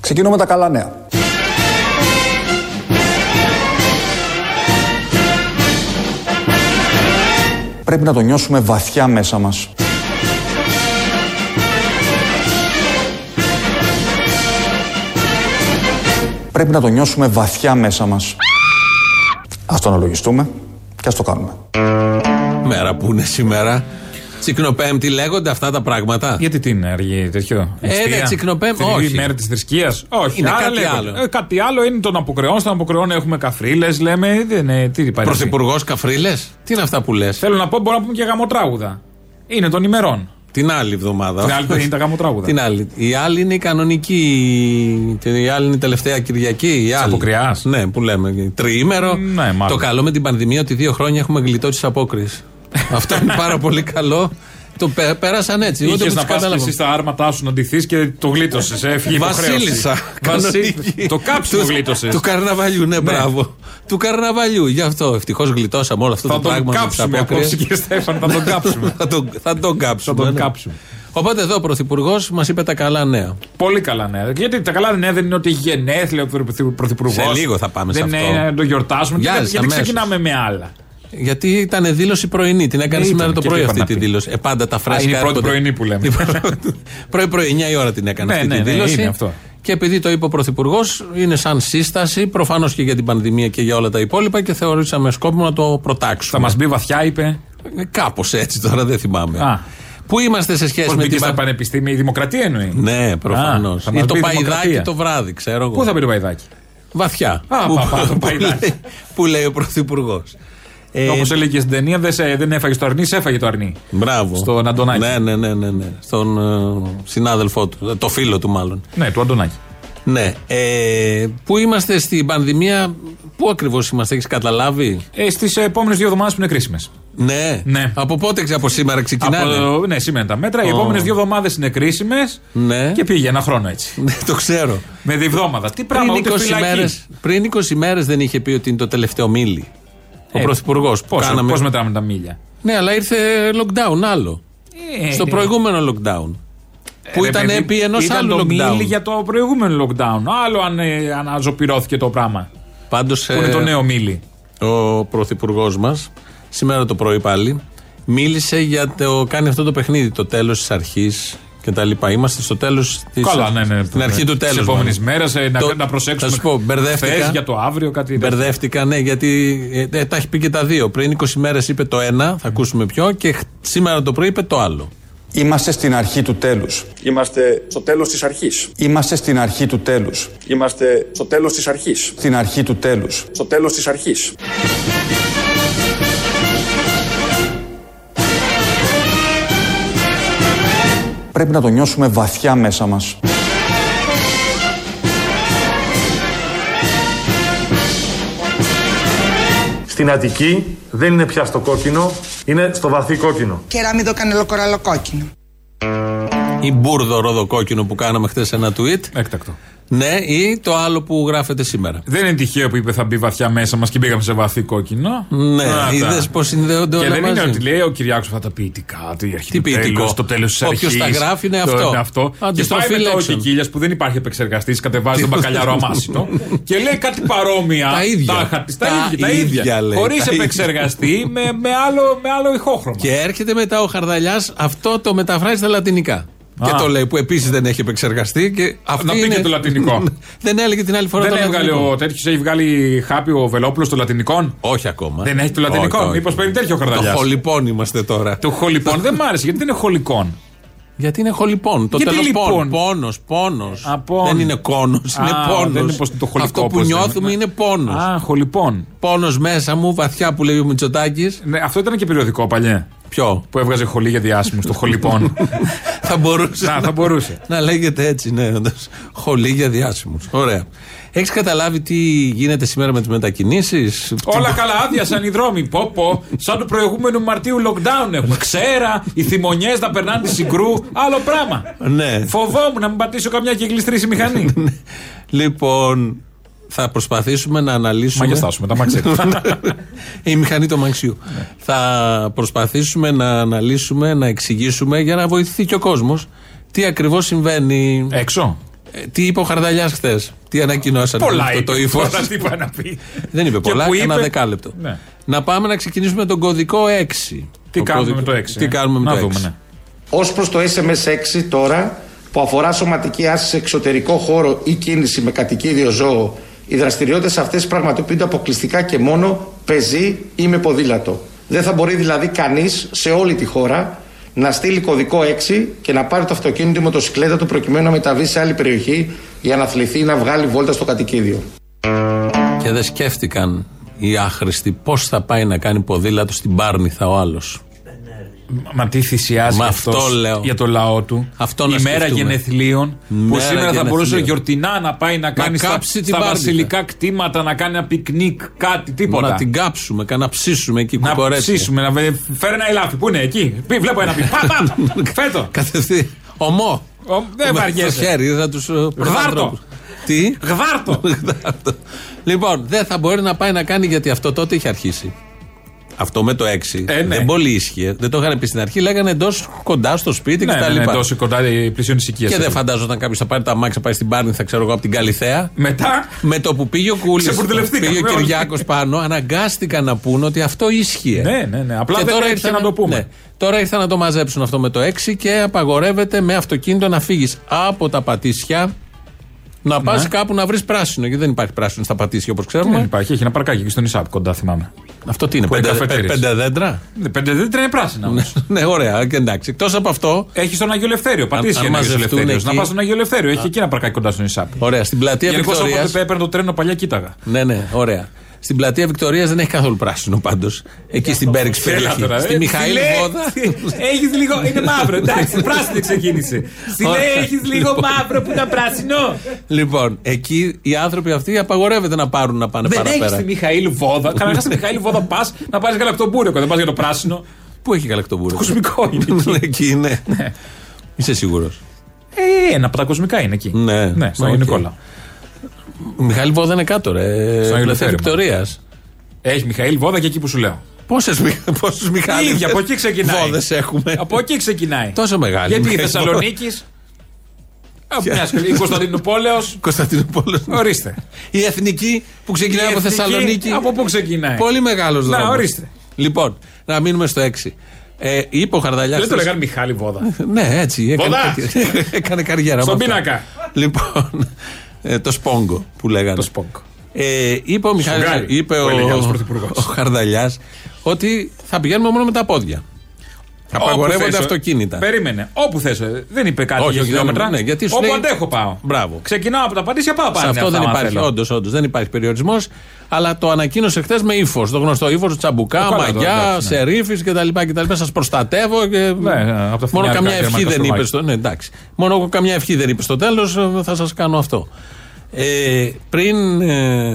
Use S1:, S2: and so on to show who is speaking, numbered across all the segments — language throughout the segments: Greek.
S1: Ξεκινώ με τα καλά νέα. Πρέπει να το νιώσουμε βαθιά μέσα μας. Πρέπει να το νιώσουμε βαθιά μέσα μας. Ας το αναλογιστούμε και ας το κάνουμε.
S2: Μέρα που είναι σήμερα. Τσικνοπέμπτη λέγονται αυτά τα πράγματα.
S3: Γιατί τι είναι αργή, τέτοιο.
S2: Ε, ναι, τσικνοπέμ- όχι.
S3: Η μέρα της θρησκείας. Όχι,
S2: Είναι
S3: άρα
S2: κάτι
S3: λέγονται.
S2: άλλο.
S3: Ε, κάτι άλλο είναι των αποκρεών. Στον αποκρεών έχουμε καφρίλες, λέμε. ε, Δεν είναι, τι υπάρχει.
S2: Πρωθυπουργός Καφρίλες. Τι είναι αυτά που λες.
S3: Θέλω να πω, μπορούμε να πούμε και γαμοτράγουδα. Είναι των ημερών.
S2: Την άλλη εβδομάδα.
S3: Την άλλη είναι τα γαμοτράγουδα.
S2: Την άλλη. Η άλλη είναι η κανονική. Η άλλη είναι η τελευταία Κυριακή. Η άλλη.
S3: αποκριάς.
S2: Ναι, που λέμε. Τριήμερο.
S3: Ναι, μάλλον.
S2: το καλό με την πανδημία ότι δύο χρόνια έχουμε γλιτώσει τι απόκριε. Αυτό είναι πάρα πολύ καλό. Το πέ- πέρασαν έτσι. Ούτε
S3: Είχε
S2: που
S3: να
S2: τους
S3: πα και
S2: κατάλαβα.
S3: εσύ στα άρματά σου να ντυθείς και το γλίτωσες. Έφυγε η υποχρέωση.
S2: Βασίλισσα.
S3: Βασίλισσα.
S2: κανονική.
S3: Το κάψιμο
S2: Του-
S3: γλίτωσες.
S2: Του καρναβαλιού, ναι, μπράβο. Του καρναβαλιού. Γι' αυτό ευτυχώς γλιτώσαμε όλο αυτό
S3: Θα
S2: το
S3: τον
S2: πράγμα. με τις
S3: κάψουμε
S2: απόκριες.
S3: απόψε, κύριε Στέφαν, θα τον κάψουμε.
S2: θα τον, θα τον κάψουμε.
S3: Θα τον
S2: ναι.
S3: κάψουμε.
S2: Οπότε εδώ ο Πρωθυπουργός μας είπε τα καλά νέα.
S3: Πολύ καλά νέα. Γιατί τα καλά νέα δεν είναι ότι έχει γενέθλια ο Πρωθυπουργός.
S2: Σε λίγο θα πάμε σε
S3: δεν
S2: αυτό.
S3: είναι να το γιορτάσουμε.
S2: Γεια
S3: γιατί
S2: σας,
S3: γιατί
S2: αμέσως.
S3: ξεκινάμε με άλλα.
S2: Γιατί ήταν δήλωση πρωινή. Την έκανε
S3: Ε,
S2: σήμερα
S3: ήταν
S2: το
S3: και
S2: πρωί
S3: τι
S2: αυτή
S3: είπα να
S2: τη
S3: πει.
S2: δήλωση. Ε, πάντα τα φρέσκα.
S3: είναι η πρώτη
S2: έρχονται.
S3: πρωινή που λέμε.
S2: Η πρώτη- Πρωί-πρωί, 9 η ώρα την έκανε
S3: Ναι,
S2: αυτή
S3: ναι,
S2: τη
S3: ναι,
S2: δήλωση.
S3: είναι αυτό.
S2: Και επειδή το είπε ο Πρωθυπουργός, είναι σαν σύσταση, προφανώς και για την πανδημία και για όλα τα υπόλοιπα και θεωρήσαμε σκόπιμο να το
S3: Θα
S2: προτάξουμε.
S3: μας μπει βαθιά, είπε.
S2: Κάπω Ε, έτσι τώρα, δεν θυμάμαι.
S3: Α.
S2: Πού είμαστε σε σχέση
S3: Πώς
S2: Ναι. με
S3: μπήκε
S2: την.
S3: στα
S2: πα-
S3: πανεπιστήμια, η δημοκρατία εννοεί.
S2: Ναι, προφανώς.
S3: Α, θα
S2: Ή
S3: μας
S2: το
S3: πει η
S2: παϊδάκι
S3: δημοκρατία.
S2: το βράδυ, ξέρω εγώ.
S3: Πού θα μπει το παϊδάκι.
S2: Βαθιά.
S3: Α,
S2: που,
S3: πα, πα, το
S2: που
S3: παϊδάκι.
S2: λέει, που λέει ο Πρωθυπουργός. Ε,
S3: Όπως έλεγε και στην ταινία, δεν, σε- δεν έφαγε το αρνί, σε έφαγε το αρνί.
S2: Μπράβο.
S3: Στον Αντωνάκη.
S2: Ναι, ναι, ναι, ναι, ναι. Στον ε, συνάδελφό του. ε, Το φίλο του, μάλλον.
S3: Ναι, του Αντωνάκη.
S2: Ναι. Ε, πού είμαστε στην πανδημία, πού ακριβώς είμαστε, έχεις καταλάβει.
S3: Ε, Στις επόμενες δύο εβδομάδες που είναι κρίσιμες.
S2: Ναι.
S3: Ναι.
S2: Από πότε, ξε- από σήμερα ξεκινάνε.
S3: ναι, σήμερα είναι τα μέτρα. Οι επόμενες δύο εβδομάδες είναι κρίσιμες.
S2: Ναι.
S3: Και πήγε ένα χρόνο έτσι.
S2: Ναι, το ξέρω.
S3: Με διβδόματα. Τι πράγμα,
S2: πριν
S3: ούτε
S2: 20,
S3: φυλακή.
S2: μέρες, πριν 20 μέρες δεν είχε πει ότι είναι το τελευταίο μήλι. Ο
S3: Ε,
S2: Πρωθυπουργός.
S3: Πόσο, Πώς μετράμε τα μίλια. Ε,
S2: Ναι, αλλά ήρθε lockdown άλλο. στο προηγούμενο lockdown. που
S3: ναι. Ρε
S2: Ε, ήταν
S3: παιδί,
S2: επί ενός
S3: ήταν
S2: άλλου
S3: το
S2: lockdown.
S3: μίλι για το προηγούμενο lockdown. Άλλο αν ε, αναζωπηρώθηκε το πράγμα.
S2: Πάντως,
S3: Που είναι
S2: ε,
S3: το νέο μίλι.
S2: ο πρωθυπουργός μας, σήμερα το πρωί πάλι, μίλησε για το. κάνει αυτό το παιχνίδι, το τέλος της αρχής και τα λοιπά. Είμαστε στο τέλος της.
S3: Καλά, ναι, ναι.
S2: Στην αρχή του τέλου.
S3: Τι επόμενε μέρε ε, να, να προσέξουμε.
S2: Θα σου πω, μπερδεύτηκα.
S3: χθες για το αύριο, κάτι τέτοιο.
S2: Μπερδεύτηκα, ναι, γιατί ε, ε, τα έχει πει και τα δύο. Πριν 20 μέρες είπε το ένα, θα ακούσουμε ποιο, και χ- σήμερα το πρωί είπε το άλλο.
S1: Είμαστε στην αρχή του τέλους.
S4: Είμαστε στο τέλος της αρχής.
S1: Είμαστε στην αρχή του τέλους.
S4: Είμαστε στο τέλος της αρχής.
S1: Στην αρχή του τέλους.
S4: Στο τέλος της αρχής.
S1: Πρέπει να το νιώσουμε βαθιά μέσα μας.
S5: Στην Αττική δεν είναι πια στο κόκκινο, είναι στο βαθύ κόκκινο.
S6: Κεράμιδο κανελοκοραλό κόκκινο.
S2: Ή μπουρδο ροδοκόκκινο που κάναμε χθες ένα tweet.
S3: Έκτακτο.
S2: Ναι, ή το άλλο που γράφεται σήμερα.
S3: Δεν είναι τυχαίο που είπε θα μπει βαθιά μέσα μας και μπήκαμε σε βαθύ κόκκινο.
S2: Ναι,
S3: Να τα.
S2: είδες πώ συνδέονται
S3: Και
S2: όλα
S3: δεν
S2: μαζί.
S3: είναι ότι λέει ο Κυριάκος αυτά τα ποιητικά, το η αρχή
S2: Τι
S3: του
S2: ποιητικό?
S3: τέλος, το τέλος της αρχής.
S2: Όποιος τα γράφει είναι
S3: το-
S2: αυτό.
S3: είναι αυτό. Και πάει
S2: Αντιστροφή
S3: μετά ο
S2: λέξεων.
S3: Κικίλιας που δεν υπάρχει επεξεργαστής, κατεβάζει τον μπακαλιάρο αμάσιτο και λέει κάτι παρόμοια.
S2: Τα ίδια.
S3: τάχα της, Τα,
S2: Τα
S3: ίδια, τα
S2: ίδια
S3: ίδια.
S2: λέει,
S3: Χωρίς
S2: τα ίδια.
S3: επεξεργαστή με, με, άλλο, με άλλο ηχόχρωμα.
S2: Και έρχεται μετά ο Χαρδαλιάς, αυτό το μεταφράζει στα λατινικά. Και το λέει που επίσης δεν έχει επεξεργαστεί. Και αυτή
S3: Να πει
S2: είναι... Ναι,
S3: και το λατινικό.
S2: δεν έλεγε την άλλη φορά
S3: Δεν
S2: το
S3: έβγαλε
S2: λατινικό.
S3: ο τέτοιος, έχει βγάλει χάπι ο Βελόπουλος των Λατινικών.
S2: Όχι ακόμα.
S3: Δεν έχει το λατινικό.
S2: Όχι, όχι.
S3: Μήπως παίρνει τέτοιο ο Χαρδαλιάς.
S2: Το χολυπών είμαστε τώρα.
S3: Το χολυπών δεν μ' άρεσε γιατί δεν είναι χολικών.
S2: Γιατί είναι χολυπών. Το
S3: Γιατί
S2: τέλος
S3: λοιπόν?
S2: Πόνος, πόνος.
S3: Α, πόν.
S2: Δεν είναι κόνος, είναι
S3: Α,
S2: πόνος.
S3: δεν είναι πως το χολικό,
S2: Αυτό που
S3: όπως
S2: νιώθουμε
S3: λέμε.
S2: είναι πόνος.
S3: Α, χολυπών.
S2: Πόνος μέσα μου, βαθιά που λέει ο Μητσοτάκης.
S3: Ναι, αυτό ήταν και περιοδικό παλιέ.
S2: Ποιο.
S3: Που έβγαζε χολή για διάσημους, το χολυπών.
S2: θα μπορούσε.
S3: Να, θα μπορούσε.
S2: να λέγεται έτσι, ναι, όντως. Χολή για διάσημους. Ωραία. Έχεις καταλάβει τι γίνεται σήμερα με τις μετακινήσεις.
S3: Όλα καλά, άδειασαν οι δρόμοι. Πω, πω, σαν του προηγούμενου Μαρτίου lockdown έχουμε. Ξέρα, οι θυμονιές να περνάνε τη συγκρού. Άλλο πράγμα.
S2: Ναι.
S3: Φοβόμουν να μην πατήσω καμιά και γλιστρήσει η μηχανή.
S2: Λοιπόν, θα προσπαθήσουμε να αναλύσουμε.
S3: Μα για στάσουμε, τα μαξέτα.
S2: Η μηχανή του αμαξιού. Θα προσπαθήσουμε να αναλύσουμε, να εξηγήσουμε για να βοηθηθεί και ο κόσμος τι ακριβώς συμβαίνει.
S3: Έξω.
S2: Ε, τι είπε ο Χαρδαλιάς χθες, τι ανακοινώσαν
S3: Πολλά
S2: αυτό
S3: είπε.
S2: το ύφο.
S3: Τώρα τι είπα να πει.
S2: Δεν είπε
S3: Και
S2: πολλά,
S3: που
S2: ένα
S3: είπε-
S2: δεκάλεπτο.
S3: Ναι.
S2: Να πάμε να ξεκινήσουμε με τον κωδικό 6.
S3: Τι
S2: Ο
S3: κάνουμε
S2: κωδικό-
S3: με το 6.
S2: Τι κάνουμε με
S3: να
S2: το 6.
S3: δούμε, ναι.
S7: Ως προς το SMS 6 τώρα, που αφορά σωματική άσκηση σε εξωτερικό χώρο ή κίνηση με κατοικίδιο ζώο, οι δραστηριότητες αυτές πραγματοποιούνται αποκλειστικά και μόνο πεζή ή με ποδήλατο. Δεν θα μπορεί δηλαδή κανείς σε όλη τη χώρα να στείλει κωδικό 6 και να πάρει το αυτοκίνητο ή μοτοσυκλέτα του προκειμένου να μεταβεί σε άλλη περιοχή για να αθληθεί ή να βγάλει βόλτα στο κατοικίδιο.
S2: Και δεν σκέφτηκαν οι άχρηστοι πώς θα πάει να κάνει ποδήλατο στην Πάρνηθα ο άλλος.
S3: Μα τι θυσιάζει
S2: Μα
S3: αυτός
S2: αυτό λέω.
S3: για το λαό του.
S2: Αυτό να
S3: η μέρα
S2: σκεφτούμε.
S3: γενεθλίων που
S2: Μέρα
S3: σήμερα θα
S2: γενεθλίων.
S3: μπορούσε γιορτινά να πάει να κάνει στα,
S2: κάψει την
S3: στα
S2: Πάρνηθα.
S3: βασιλικά κτήματα, να κάνει ένα πικνίκ, κάτι, τίποτα.
S2: Να την κάψουμε, κα- να ψήσουμε εκεί
S3: να
S2: κουκορέτσι.
S3: ψήσουμε, να βε- φέρει ένα ελάφι. Πού είναι, εκεί. Πει, βλέπω ένα πει. Πα, πα, φέτο.
S2: Κατευθείαν. Ομό.
S3: Ο- δεν
S2: Με
S3: βαριέσαι.
S2: Το χέρι, δεν θα τους
S3: Γδάρτο.
S2: Τι.
S3: Γδάρτο.
S2: Γδάρτο. λοιπόν, δεν θα μπορεί να πάει να κάνει γιατί αυτό τότε είχε αρχίσει. Αυτό με το 6
S3: Ε, ναι.
S2: δεν πολύ ίσχυε. Δεν το είχαν πει στην αρχή. Λέγανε εντός κοντά στο σπίτι
S3: Ναι, ναι,
S2: κτλ.
S3: ναι, τόσο κοντά η πλησίων οικίας.
S2: και δεν φαντάζονταν κάποιος θα πάρει τα μάξια, πάει στην Πάρνη, θα ξέρω εγώ από την Καλιθέα.
S3: Μετά.
S2: Με το που πήγε ο Κούλης,
S3: Ξεπουρδελευτήκαμε
S2: πήγε ο
S3: όλοι.
S2: Κυριάκος πάνω, αναγκάστηκαν να πούν ότι αυτό ίσχυε.
S3: Ναι, ναι, ναι. Απλά
S2: Και
S3: δεν έτυχε
S2: ήρθαν ναι.
S3: να το πούμε.
S2: Τώρα ήρθαν να το μαζέψουν αυτό με το 6 και απαγορεύεται με αυτοκίνητο να φύγεις από τα πατήσια να
S3: Ναι.
S2: πα κάπου να βρεις πράσινο. Γιατί δεν υπάρχει πράσινο στα πατήσια όπως ξέρουμε.
S3: Δεν υπάρχει, έχει ένα παρκάκι εκεί στον Ισάπ κοντά, θυμάμαι.
S2: Αυτό τι είναι,
S3: Που είναι
S2: πέντε,
S3: καφετέρες.
S2: πέντε δέντρα.
S3: Ναι, Πέντε δέντρα είναι πράσινα. όμως.
S2: ναι, ωραία, και εντάξει. Εκτός από αυτό,
S3: Έχεις τον Αγιο Ελευθέριο.
S2: αν
S3: Πατήσει ένα Αγιο
S2: μαζευτούν
S3: Ελευθέριος.
S2: εκεί-
S3: Να πας στον Αγιο Ελευθέριο. Έχει εκεί ένα παρκάκι κοντά στον Ισάπ.
S2: ωραία, στην πλατεία
S3: Γενικώς
S2: Βικτωρία.
S3: όποτε έπαιρνα το τρένο παλιά κοίταγα.
S2: Ναι, ναι, ωραία. Στην πλατεία Βικτωρίας δεν έχει καθόλου πράσινο πάντως. Εκεί στην Μπέριξ περιοχή.
S3: ε.
S2: Στη Μιχαήλ Βόδα.
S3: Έχεις λίγο. Είναι μαύρο. Εντάξει, πράσινο ξεκίνησε. Στη
S2: Ωραία.
S3: λέει έχεις λίγο μαύρο που ήταν πράσινο.
S2: Λοιπόν, εκεί οι άνθρωποι αυτοί απαγορεύεται να πάρουν να πάνε
S3: Δεν έχει
S2: παραπέρα.
S3: στη Μιχαήλ Βόδα. Κανονικά στη Μιχαήλ Βόδα πας να πάρεις γαλακτομπούρεκο. Δεν πας για το πράσινο.
S2: Πού έχει γαλακτομπούρο.
S3: Κοσμικό είναι.
S2: εκεί είναι. Είσαι σίγουρος.
S3: Ε, ένα από τα κοσμικά είναι εκεί.
S2: Ναι.
S3: ναι στον
S2: Οκ.
S3: Αγιο Νικόλα.
S2: Μιχάλη Βόδα είναι κάτω, ρε.
S3: Στο
S2: Πλατεία
S3: Ελευθέρωμα.
S2: Βικτωρίας.
S3: Έχει Μιχαήλ Βόδα και εκεί που σου λέω.
S2: Πόσες Μιχάλη.
S3: ίδια, από εκεί ξεκινάει.
S2: Βόδες έχουμε.
S3: Από εκεί ξεκινάει.
S2: Τόσο μεγάλη.
S3: Γιατί η
S2: Μιχαήλ
S3: Θεσσαλονίκης. Από μια σχολή. Η Κωνσταντινούπολεο.
S2: Κωνσταντινούπολη.
S3: Ορίστε.
S2: Η εθνική που ξεκινάει
S3: Η
S2: από Ναι.
S3: εθνική,
S2: Θεσσαλονίκη.
S3: από πού ξεκινάει?
S2: Πολύ μεγάλος
S3: Να,
S2: δρόμος.
S3: ορίστε.
S2: Λοιπόν, να μείνουμε στο 6. Ε, είπε ο Χαρδαλιάς.
S3: Δεν το λέγανε Μιχάλη Βόδα.
S2: Ναι, έτσι. Έκανε,
S3: Βοδά!
S2: τέτοια- έκανε καριέρα.
S3: Στον
S2: με αυτά.
S3: πίνακα.
S2: Λοιπόν, ε, το σπόγκο που λέγανε.
S3: Το σπόγκο.
S2: Ε, είπε ο Μιχάλης,
S3: Σουγγάρι,
S2: είπε
S3: που
S2: ο,
S3: έλεγε άλλος
S2: ο,
S3: πρωθυπουργός.
S2: Χαρδαλιάς ότι θα πηγαίνουμε μόνο με τα πόδια.
S3: Όπου
S2: Απαγορεύονται
S3: θες,
S2: αυτοκίνητα.
S3: Περίμενε. Όπου θε. Δεν είπε κάτι
S2: Όχι,
S3: για
S2: όχι,
S3: χιλιόμετρα.
S2: δεν- ναι, γιατί σου
S3: Όπου
S2: λέει-
S3: αντέχω πάω.
S2: Μπράβο.
S3: Ξεκινάω από τα Πατήσια, πάω
S2: Σε
S3: πάνω.
S2: αυτό δεν υπάρχει. Όντως, όντως δεν υπάρχει περιορισμός. Αλλά το ανακοίνωσε χθες με ύφος. Το γνωστό ύφος, τσαμπουκά,
S3: Ε, καλά, το
S2: μαγιά,
S3: εντάξει, ναι.
S2: σερίφης κτλ. κτλ. Σας προστατεύω. Και...
S3: Ναι, από τα
S2: Μόνο
S3: φθηνιάτικα
S2: καμιά ευχή
S3: γερμανικά
S2: δεν είπε
S3: στουρμάκια.
S2: στο. Ναι, εντάξει. Μόνο καμιά ευχή δεν είπε στο τέλος. Θα σας κάνω αυτό. Ε, πριν ε,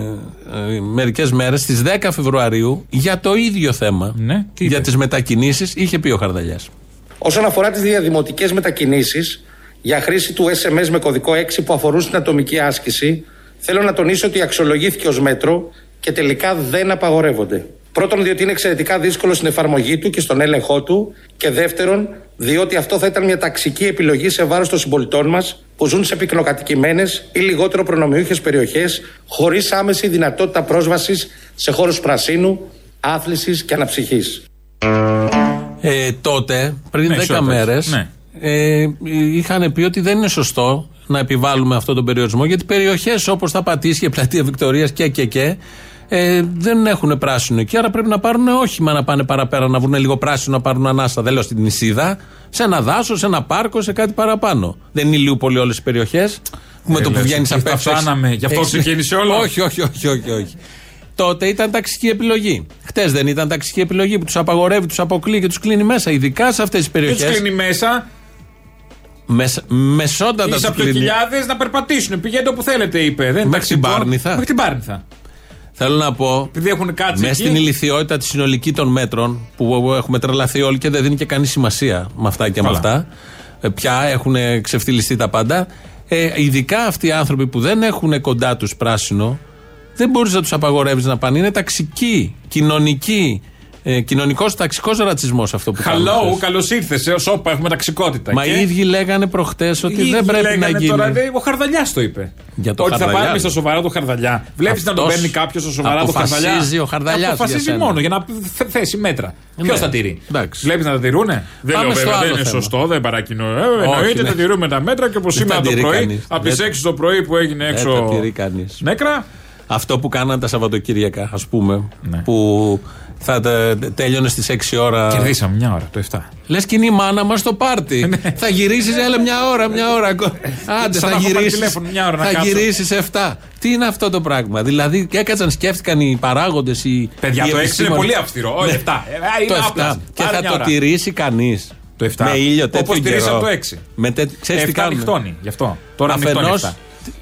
S2: ε, μερικές μέρες, στις 10 Φεβρουαρίου, για το ίδιο θέμα,
S3: Ναι, τι είπε?
S2: για τις μετακινήσεις, είχε πει ο Χαρδαλιάς.
S7: Όσον αφορά τις διαδημοτικές μετακινήσεις για χρήση του SMS με κωδικό 6 που αφορούν στην ατομική άσκηση, θέλω να τονίσω ότι αξιολογήθηκε ως μέτρο και τελικά δεν απαγορεύονται. Πρώτον, διότι είναι εξαιρετικά δύσκολο στην εφαρμογή του και στον έλεγχό του. Και δεύτερον, διότι αυτό θα ήταν μια ταξική επιλογή σε βάρος των συμπολιτών μας που ζουν σε πυκνοκατοικημένες ή λιγότερο προνομιούχες περιοχές, χωρίς άμεση δυνατότητα πρόσβασης σε χώρους πρασίνου, άθλησης και αναψυχής.
S2: Ε, τότε, πριν
S3: Ναι,
S2: 10
S3: ισότητας.
S2: μέρες,
S3: Ναι.
S2: ε, είχαν πει ότι δεν είναι σωστό να επιβάλλουμε αυτόν τον περιορισμό, γιατί περιοχές όπως τα Πατήσια, Πλατεία Βικτωρίας και και και ε, δεν έχουν πράσινο εκεί. Άρα πρέπει να πάρουν όχημα να πάνε παραπέρα, να βρουν λίγο πράσινο, να πάρουν ανάσα. Δεν λέω στην νησίδα, σε ένα δάσος, σε ένα πάρκο, σε κάτι παραπάνω. Δεν είναι λίγο πολύ όλες τις περιοχές. Με το που
S3: λες,
S2: βγαίνει
S3: Ε, εκεί
S2: απ'
S3: θα
S2: έξω, έχεις-
S3: φτάναμε. Γι' αυτό
S2: έχεις-
S3: ξεκίνησε όλο.
S2: Όχι, όχι, όχι, όχι. όχι. Τότε ήταν ταξική επιλογή. Χτες δεν ήταν ταξική επιλογή που τους απαγορεύει, τους αποκλείει και τους κλείνει μέσα, ειδικά σε αυτές τις
S3: Έτσι
S2: περιοχέ.
S3: κλείνει μέσα.
S2: Μεσ, μεσότατα
S3: Είσαι
S2: τους
S3: από το
S2: κλείνει.
S3: χιλιάδες να περπατήσουν. Πηγαίνετε όπου θέλετε, είπε. Δεν
S2: Μέχρι την
S3: ταξικό.
S2: Πάρνηθα.
S3: Μέχρι την Πάρνηθα.
S2: Θέλω να πω,
S3: Επειδή έχουν κάτσει.
S2: μέσα
S3: εκεί.
S2: στην ηλικιότητα τη συνολική των μέτρων που έχουμε τρελαθεί όλοι και δεν δίνει και κανεί σημασία με αυτά και με
S3: Καλά.
S2: αυτά. ε, Πια έχουν ξεφτυλιστεί τα πάντα. Ε, ειδικά αυτοί οι άνθρωποι που δεν έχουν κοντά τους πράσινο, δεν μπορείς να τους απαγορεύεις να πάνε. Είναι ταξική, κοινωνική Ε, Κοινωνικός ταξικός ρατσισμός αυτό που κάνουμε.
S3: Hello, καλώς ήρθες. Έω όπα, έχουμε ταξικότητα.
S2: Μα
S3: Και
S2: οι ίδιοι λέγανε προχτές
S3: οι
S2: ότι
S3: ίδιοι
S2: δεν πρέπει να
S3: λέγανε
S2: γίνει.
S3: Τώρα, δε, ο Χαρδαλιάς το είπε.
S2: Για το
S3: ότι
S2: Χαρδαλιά.
S3: θα πάρουμε στα σοβαρά το Χαρδαλιά. Βλέπεις να τον
S2: Αυτός
S3: παίρνει κάποιος στα σοβαρά το Χαρδαλιά.
S2: αποφασίζει ο Χαρδαλιάς
S3: Αποφασίζει
S2: για σένα.
S3: μόνο για να θε- θέσει μέτρα.
S2: Ναι.
S3: Ποιος θα τηρεί.
S2: Εντάξει.
S3: Βλέπεις να τα τηρούνε. Δεν
S2: Πάμε
S3: λέω
S2: στο
S3: βέβαια,
S2: άλλο
S3: δεν είναι
S2: θέμα.
S3: σωστό, δεν παρακινώ. Ε, Εννοείται
S2: ναι.
S3: τα τηρούμε τα μέτρα και όπως
S2: Δεν
S3: σήμερα
S2: τα
S3: το
S2: τηρεί
S3: πρωί,
S2: κανείς.
S3: από τις
S2: Δεν-
S3: 6 το πρωί που έγινε έξω.
S2: τα τηρεί κανείς.
S3: Νέκρα.
S2: Αυτό που κάναν τα Σαββατοκύριακα, ας πούμε,
S3: Ναι.
S2: που θα τα- τέλειωνες στις 6 ώρα.
S3: Κερδίσαμε μια ώρα το 7.
S2: Λε και είναι η μάνα μας στο πάρτι. θα γυρίσεις, έλα μια ώρα, μια ώρα. ακό- Άντε,
S3: Ναι. Ε, Σαν
S2: θα
S3: να έχω πάρει
S2: γυρίσεις.
S3: τηλέφωνο, μια ώρα να
S2: Θα
S3: κάτσω.
S2: γυρίσεις 7. Τι είναι αυτό το πράγμα. Δηλαδή, έκατσαν, σκέφτηκαν οι παράγοντες, οι.
S3: Παιδιά,
S2: οι
S3: το 6 είναι
S2: επιστήμονες. Ναι.
S3: πολύ αυστηρό. Όχι, 7. Ε, ε,
S2: το
S3: είναι
S2: 7.
S3: άπλας.
S2: Και
S3: Πάρε
S2: θα
S3: μια
S2: το
S3: ώρα.
S2: τηρήσει κανείς.
S3: Το 7.
S2: Με ήλιο τέτοιο.
S3: Όπως τηρήσαμε
S2: καιρό.
S3: το 6.
S2: Με τέ... Ξέρεις τι
S3: 7
S2: κάνουμε.
S3: νυχτώνει, γι' αυτό. Τώρα νυχτώνει
S2: Αφενός-
S3: 7.